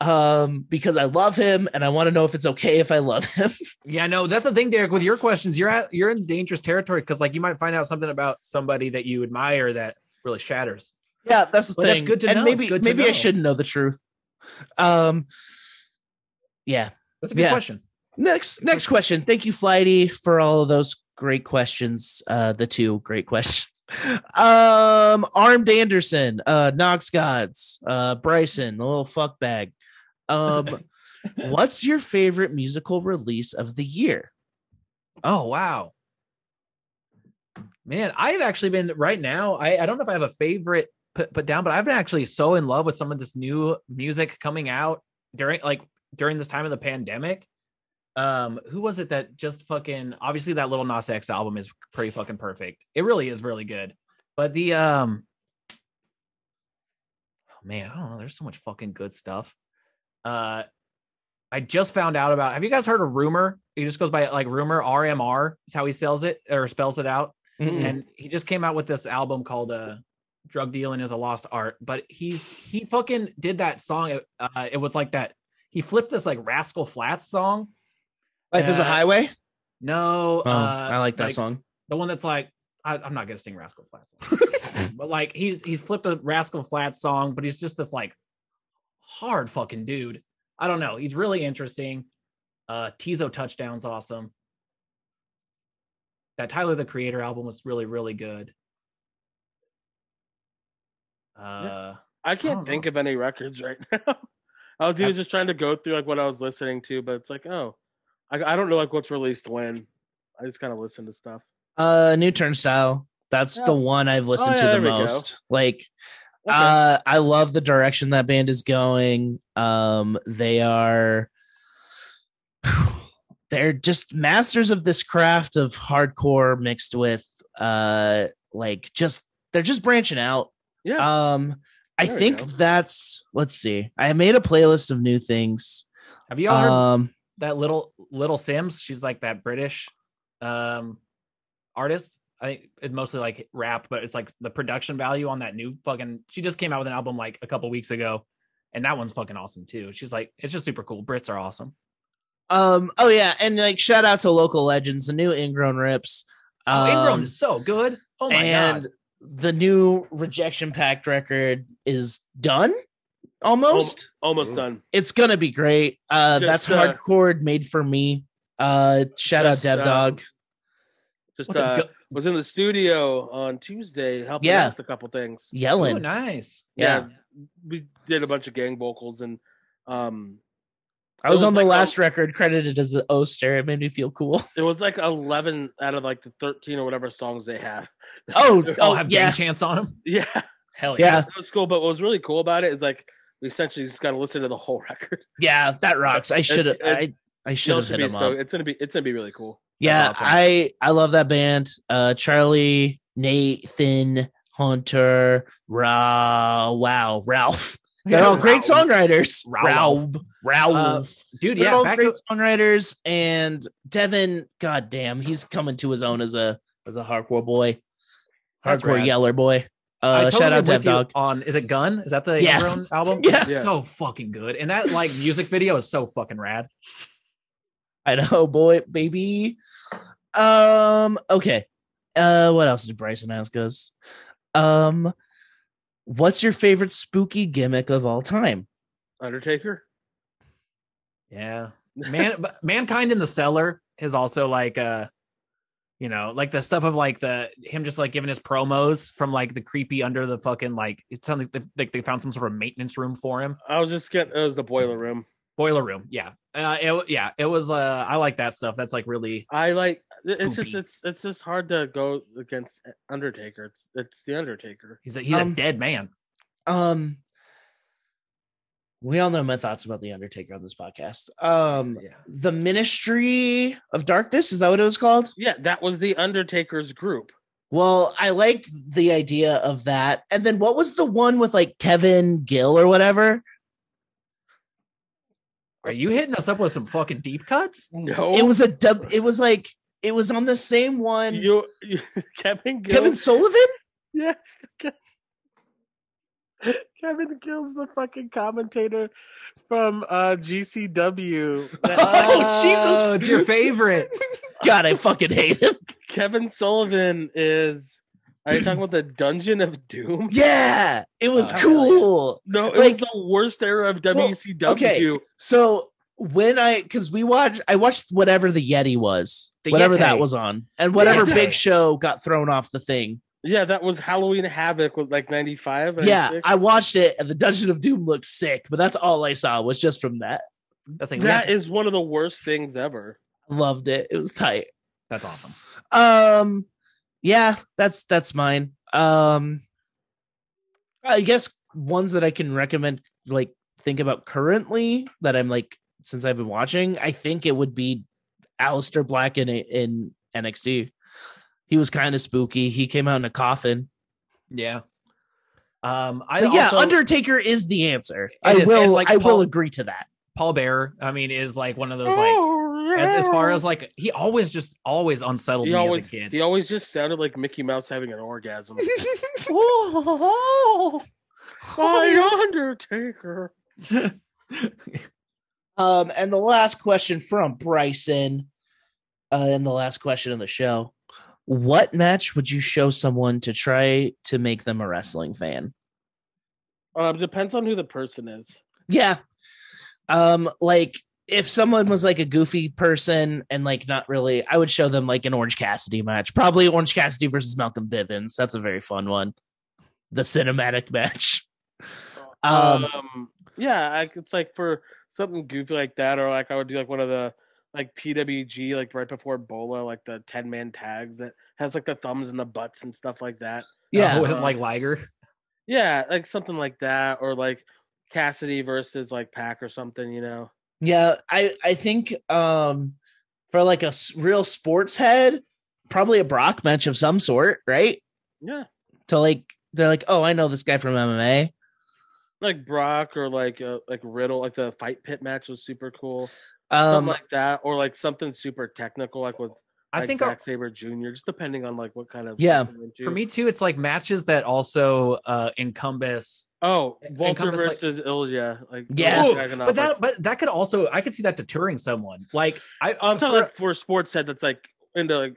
um because I love him and I want to know if it's okay if I love him.
Yeah, no, that's the thing, Derek. With your questions, you're at you're in dangerous territory because like you might find out something about somebody that you admire that really shatters.
yeah, that's the
Well,
thing.
that's good to
and
know. It's
maybe
good to
maybe I
know.
shouldn't know the truth. Um yeah.
That's a good
Yeah.
question.
Next next question. Thank you Flighty for all of those great questions. Uh the two great questions. Um Armed Anderson, uh Knox Gods, uh Bryson, the little fuck bag. Um what's your favorite musical release of the year?
Oh wow. Man, I've actually been right now. I, I don't know if I have a favorite put, put down, but I've been actually so in love with some of this new music coming out during like during this time of the pandemic. Um, who was it that just fucking obviously that little Nas X album is pretty fucking perfect. It really is really good. But the um oh, man, I don't know. There's so much fucking good stuff. Uh I just found out about. Have you guys heard of rumor? It just goes by like rumor RMR is how he sells it or spells it out.
Mm-mm.
and he just came out with this album called uh drug dealing is a lost art but he's he fucking did that song uh it was like that he flipped this like rascal flats song
Life is a
uh,
highway.
no
Oh,
uh
I like that
like-
song.
the one that's like I, i'm not gonna sing rascal flats but like he's he's flipped a rascal flats song but he's just this like hard fucking dude i don't know he's really interesting uh tizo touchdowns awesome that tyler the creator album was really really good uh
I
I
Oh.
can't
don't
think of any records right now. I was even just trying to go through like what I was listening to, but it's like, oh, I, I don't know like what's released when. I just kind of listen to stuff.
Uh, New Turnstile. That's
Yeah.
the one I've listened
Oh, yeah,
to the
there we go.
most. Like,
Okay.
uh, I love the direction that band is going. Um, they are, they're just masters of this craft of hardcore mixed with, uh, like just they're just branching out.
yeah,
Um, I
There we
think
go.
that's. Let's see. I made a playlist of new things.
have you all heard
Um,
that little little sims she's like that british um artist i think it's mostly like rap but it's like the production value on that new fucking she just came out with an album like a couple weeks ago and that one's fucking awesome too she's like it's just super cool brits are awesome
um. Oh yeah, and like shout out to local legends, the new ingrown rips.
oh ingram
Um,
is so good oh my
and
god
the new rejection pact record is done almost
almost
Mm.
done.
it's gonna be great uh
Just,
that's
uh,
hardcore made for me uh shout
just,
out dev
um,
dog
Just
What's it,
uh,
go-
was in the studio on Tuesday helping
Yeah.
out with a couple things.
yelling
Ooh, nice
yeah.
we did a bunch of gang vocals and um,
i was,
it was
on the
like,
last
um,
record credited as the oster it made me feel cool
it was like eleven out of like the thirteen or whatever songs they have.
oh
i'll
oh
have game
yeah
chance on him
Yeah,
hell
yeah
yeah,
that was cool. But what was really cool about it is like we essentially just got to listen to the whole record.
yeah that rocks i should have i
it's-
i should
Y'all
have
should
hit
be
him
so,
up
it's gonna be it's gonna be really cool.
yeah
awesome.
i i love that band uh charlie nathan hunter ra wow ralph They're all great
Wow.
songwriters.
Raoul.
Raoul. Raoul.
Uh, dude
They're
yeah
all
back
great
to-
songwriters. And Devin, goddamn, he's coming to his own as a as a hardcore boy,
That's
hardcore
rad.
yeller boy.
I
Uh,
totally
shout out
am
Dev
with you
Dog.
on is it Gun? Is that the
Yeah.
Ingrown album?
Yes.
It's so fucking good. And that like music video is so fucking rad.
I know, boy, baby. Um. Okay. Uh. What else did Bryson ask us? Um. What's your favorite spooky gimmick of all time?
Undertaker.
Yeah. Man but Mankind in the Cellar is also like uh you know, like the stuff of like the him just like giving his promos from like the creepy under the fucking like it sounds like they, like they found some sort of maintenance room for him.
I was just getting it was the boiler room.
Boiler room. Yeah. Uh it, wa- yeah, it was uh I like that stuff. That's like really
I like it's just
Spoopy.
it's it's just hard to go against Undertaker. It's it's the Undertaker.
he's a he's
Um,
a dead man.
Um. We all know my thoughts about the Undertaker on this podcast. Um.
Yeah.
the ministry of darkness is that what it was called
Yeah, that was the Undertaker's group.
well i liked the idea of that and then what was the one with like kevin gill or whatever
Are you hitting us up with some fucking deep cuts?
No,
Mm. it was a dub it was like it was on the same one
you, you Kevin Gill.
kevin sullivan
yes. Ke- Kevin Gill's the fucking commentator from uh GCW. Uh,
Oh, Jesus.
It's your favorite.
god i fucking hate him
Kevin Sullivan is. Are you talking about the Dungeon of Doom?
yeah it was
Oh, hell
cool
No, it
Like-
was the worst era of WCW.
okay. so when i because we watched i watched whatever the yeti was
The
whatever
Yeti.
that was on and whatever
Yeti.
big show got thrown off the thing
Yeah, that was Halloween Havoc with like 95.
Yeah,
96.
I watched it, and the Dungeon of Doom looks sick, but that's all I saw was just from that.
That's like
that is one of the worst things ever.
Loved it. It was tight.
that's awesome.
Um, yeah, that's that's mine. Um, I guess ones that I can recommend, like think about currently that I'm like since I've been watching. I think it would be Alistair Black in in NXT. He was kind of spooky. He came out in a coffin.
Yeah. Um, I
But yeah,
also,
Undertaker is the answer.
It
I
is, and
will.
like
I
Paul-
will agree to that.
Paul Bearer. I mean, is like one of those like
Oh,
As, as far as like, he always just always unsettled
he
me
always
as a kid.
he always just sounded like Mickey Mouse having an orgasm.
oh,
My Undertaker.
Um, and the last question from Bryson, uh, and the last question of the show: What match would you show someone to try to make them a wrestling fan?
Um, depends on who the person is.
Yeah, um, like if someone was like a goofy person and like not really, I would show them like an Orange Cassidy match, probably Orange Cassidy versus Malcolm Bivens. That's a very fun one. The cinematic match. Um,
Um, yeah, I, it's like for something goofy like that, or like I would do like one of the like PWG, like right before Bola, like the ten man tags that has like the thumbs and the butts and stuff like that.
yeah,
with, like Liger.
Yeah, like something like that, or like Cassidy versus like Pack or something, you know.
Yeah, I I think um for like a s- real sports head, probably a Brock match of some sort, right?
Yeah,
To like they're like, oh, I know this guy from MMA.
like Brock or like uh, like Riddle, like the fight pit match was super cool,
Um,
something like that, or like something super technical, like with
I think
Zack Saber Jr. Just depending on like what kind of
Yeah.
person you're
for
into.
me too, it's like matches that also uh encompass
Oh,
and
Walter
compass, like-
versus Ilya. Like
Yeah.
Ooh,
Ilya Dragunov,
but
like-
that but that could also I could see that deterring someone. Like I um,
I'm
for-
talking like for a sports head that's like into like
like,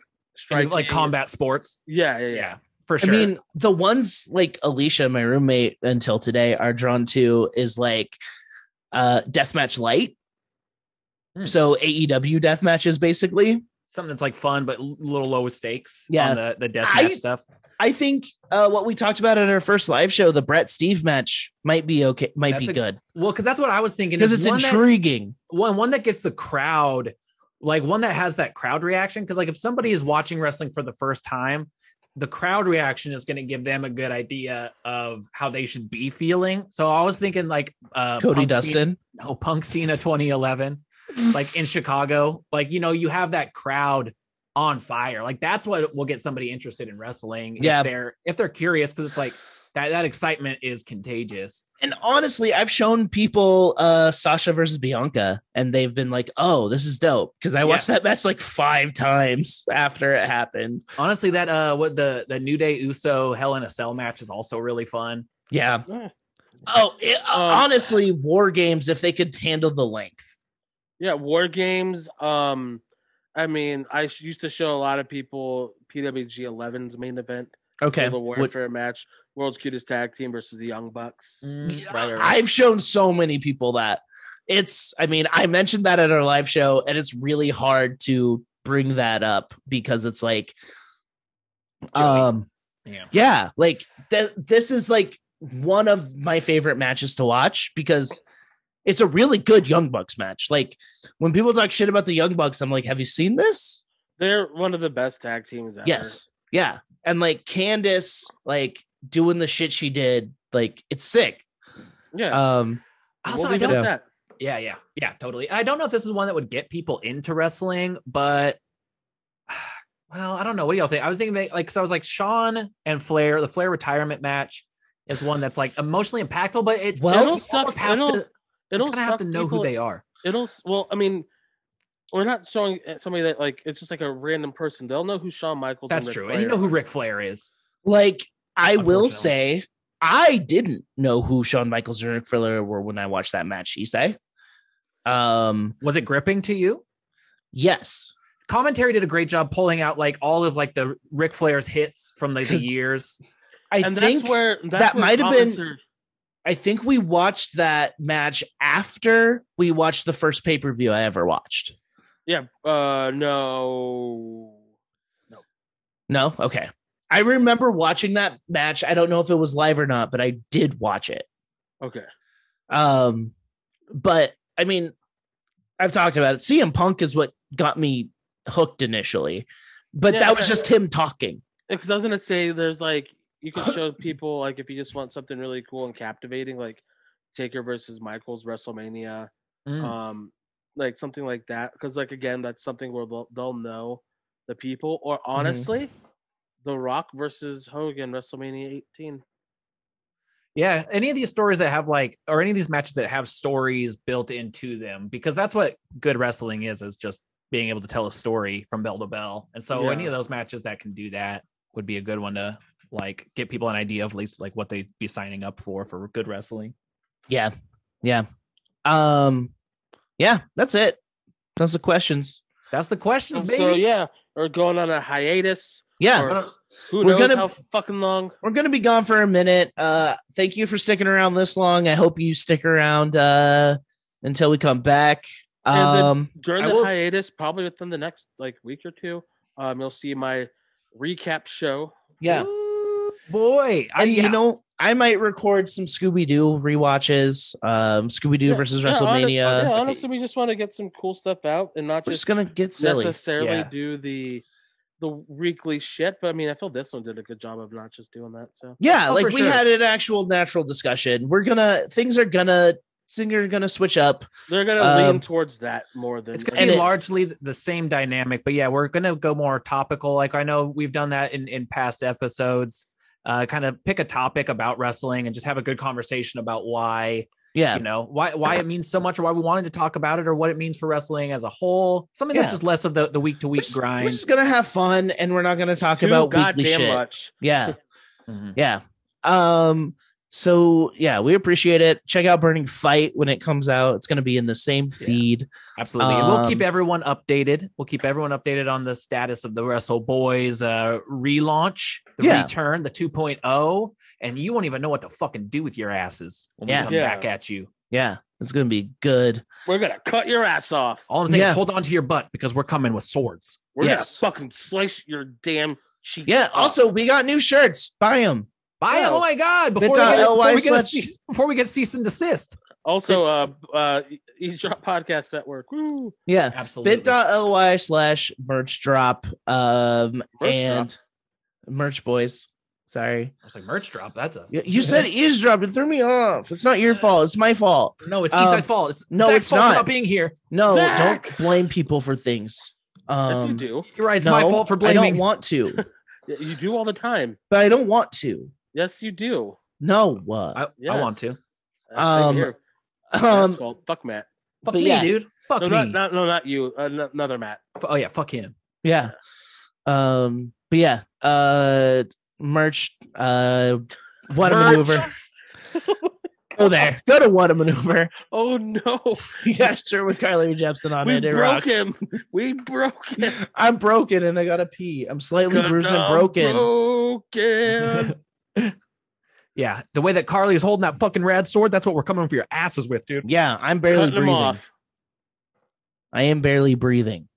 striking,
combat sports.
Yeah, yeah,
Yeah,
yeah.
for
I
sure.
mean, the ones like Alicia, my roommate until today, are drawn to is like uh deathmatch light.
Hmm.
So AEW death matches basically.
something that's like fun but a little low with stakes
Yeah.
on the the death
I-
match stuff.
I think uh what we talked about at our first live show, the Brett Steve match might be okay, might
That's
be
a-
good.
Well, because that's what I was thinking.
Because
is
it's
one that-
intriguing.
one one that gets the crowd like one that has that crowd reaction because like if somebody is watching wrestling for the first time the crowd reaction is going to give them a good idea of how they should be feeling so i was thinking like uh
Cody
Punk Cena-
Dustin.
no punk cena 2011 like in chicago like you know you have that crowd on fire like that's what will get somebody interested in wrestling
Yeah.
if they're if they're curious because it's like that that excitement is contagious
and honestly, I've shown people uh Sasha versus Bianca, and they've been like, "Oh, this is dope," because I watched that match like five times after it happened.
honestly that uh what the the new day uso hell in a cell match is also really fun
Yeah.
Yeah.
Oh, it,
Um,
honestly, war games if they could handle the length.
Yeah, war games. Um, I mean, I sh- used to show a lot of people PWG 11's main event,
Okay.
the
Would-
Warfare match, World's Cutest Tag Team versus the Young Bucks.
Mm,
I've shown so many people that it's. I mean, I mentioned that at our live show, and it's really hard to bring that up because it's like, um,
Yeah.
yeah like th- this is like one of my favorite matches to watch because it's a really good young bucks match like when people talk shit about the young bucks i'm like have you seen this
They're one of the best tag teams ever.
yes yeah and like candace like doing the shit she did like it's sick
Yeah.
um
Also,
we'll
I
leave it
don't.
at that.
Yeah, yeah, yeah, totally. I don't know if this is one that would get people into wrestling, but well, I don't know. What do y'all think? I was thinking like, like, so I was like, Sean and Flair, the Flair retirement match is one that's like emotionally impactful, but it's
Well-
you
It'll
suck-
almost have
it'll-
to,
It'll
kind of have
suck
to know
people-
who they are.
It'll s- well, I mean, we're not showing uh, somebody that like it's just like a random person. They'll know who Shawn Michaels.
That's
and Ric
true, and you
Flair
know who
are.
Ric Flair is.
like i will
Unfortunately.
say i didn't know who Shawn michaels and Ric Flair were when i watched that match he say um
Was it gripping to you?
yes
Commentary did a great job pulling out like all of like the Ric Flair's hits from like the
'Cause-
years.
i
and
think
that's where that's
that
where
might have been-
commentary-
I think we watched that match after we watched the first pay per view I ever watched.
Yeah. Uh, no.
No, okay. I remember watching that match. I don't know if it was live or not, but I did watch it.
Okay.
Um, but I mean, I've talked about it. CM Punk is what got me hooked initially, but
Yeah,
that was
okay.
just him talking.
Because I was gonna say, there's like you can show people like if you just want something really cool and captivating, like Taker versus Michaels WrestleMania,
Mm.
um, like something like that. Because like again, that's something where they'll, they'll know the people. Or honestly, The Rock versus Hogan WrestleMania 18.
Yeah, any of these stories that have like, or any of these matches that have stories built into them, because that's what good wrestling is—is just being able to tell a story from bell to bell. And so
Yeah.
any of those matches that can do that would be a good one to like get people an idea of at least like what they'd be signing up for for good wrestling.
Yeah. Yeah. Um yeah, that's it. That's the questions.
That's the questions, baby.
So yeah, or going on a hiatus.
Yeah.
Or who
We're
knows
gonna-
how fucking long?
we're gonna be gone for a minute. Uh, thank you for sticking around this long. I hope you stick around uh, until we come back.
And then-
Um,
During
I
the
will s-
hiatus, probably within the next like week or two, um, you'll see my recap show.
yeah,
Ooh, boy. I,
and
yeah.
you know, I might record some Scooby Doo rewatches. Um, Scooby Doo
Yeah,
versus
yeah, hone-
WrestleMania.
yeah, honestly, we just want to get some cool stuff out and not
we're
just
just gonna get silly.
necessarily
Yeah.
do the the weekly shit. But I mean, I feel this one did a good job of not just doing that. So
Yeah,
Oh,
like
for
we
sure.
had an actual natural discussion. We're gonna things are gonna things are gonna switch up.
they're gonna
Um,
lean towards that more than
It's going to
And
be
it-
largely th- the same dynamic, but yeah, we're going to go more topical. Like I know we've done that in in past episodes. Uh, kind of pick a topic about wrestling and just have a good conversation about why
Yeah,
you know why why it means so much or why we wanted to talk about it or what it means for wrestling as a whole. Something
Yeah.
that's just less of the the week to
we're
week
just, we're
grind.
just gonna have fun, and we're not gonna talk
too
about weekly
goddamn
shit.
much.
Yeah.
Mhm.
Yeah. Um so yeah, we appreciate it. Check out Burning Fight when it comes out. It's going to be in the same feed.
Absolutely. And we'll keep
Um,
everyone updated. We'll keep everyone updated on the status of the Wrestle Boys uh, relaunch, the
Yeah.
return, the 2.0. And you won't even know what to fucking do with your asses when
Yeah.
we come
Yeah.
back at you.
Yeah, it's going to be good.
We're gonna cut your ass off.
All I'm saying
Yeah.
is hold on to your butt because we're coming with swords.
We're
Yes.
gonna fucking slice your damn cheeks.
Yeah,
off.
also we got new shirts. Buy them.
Buy 'em.
Oh.
Oh my God. Before we,
Bit.ly
get, before, we get a
slash-
cease, before we get cease and desist.
also uh uh eavesdrop podcast network. Woo.
Yeah.
Absolutely.
bit.ly slash merch drop um
Merch
and merch boys. Sorry.
I was like, merch drop. That's a.
You you said eavesdrop. It threw me off. It's not your fault. It's my fault.
No, it's
Um,
Eastside's fault. It's
no,
Zach's
it's
fault
not.
for being here.
No,
Zach!
don't blame people for things.
Yes, you
Um,
do.
You're right. It's my
no,
fault for
I don't
blaming.
want to,
Yeah, You do all the time.
but I don't want to.
Yes, you do.
No. Uh,
I, I
Yes.
want to.
Uh, same
Um,
here. Matt's
um,
fault. fuck Matt.
But
Fuck me,
yeah.
dude. Fuck
No,
me.
not, not no, not you. Uh, n- another Matt.
oh, yeah. Fuck him.
yeah um but yeah uh merch uh what a
Merch.
maneuver go there go to what a maneuver
Oh no,
yeah sure with carly jepsen on
we
it it
broke
rocks.
him. We broke him.
i'm broken and i gotta pee i'm slightly bruised and broken
Broken.
yeah, the way that Carly is holding that fucking rad sword, that's what we're coming for your asses with, dude.
yeah i'm barely
Cutting him
breathing
off.
i am barely breathing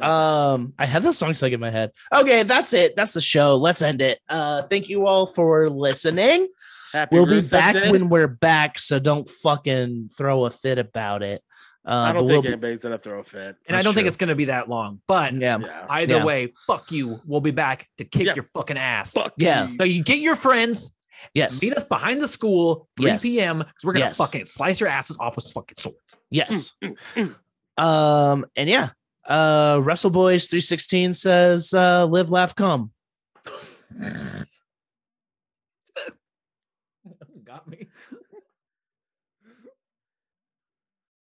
um i have that song stuck in my head okay that's it that's the show let's end it uh thank you all for listening
Happy
we'll be
Rusev
back
Day.
when uh, we're back, so don't fucking throw a fit about it. Uh,
I
but
don't
we'll
think
be-
anybody's gonna throw a fit.
And I
That's
don't think
true.
it's going to be that long, but
yeah,
Yeah.
either
Yeah.
way, fuck you. We'll be back to kick
Yeah.
your fucking ass.
Fuck
Yeah.
you.
So you get your friends,
yes,
meet us behind the school, 3
Yes.
p.m., because we're going to
Yes.
fucking slice your asses off with fucking swords.
yes. um, and yeah, uh, Russell Boys three sixteen says, uh, "Live, laugh, come."
Got me.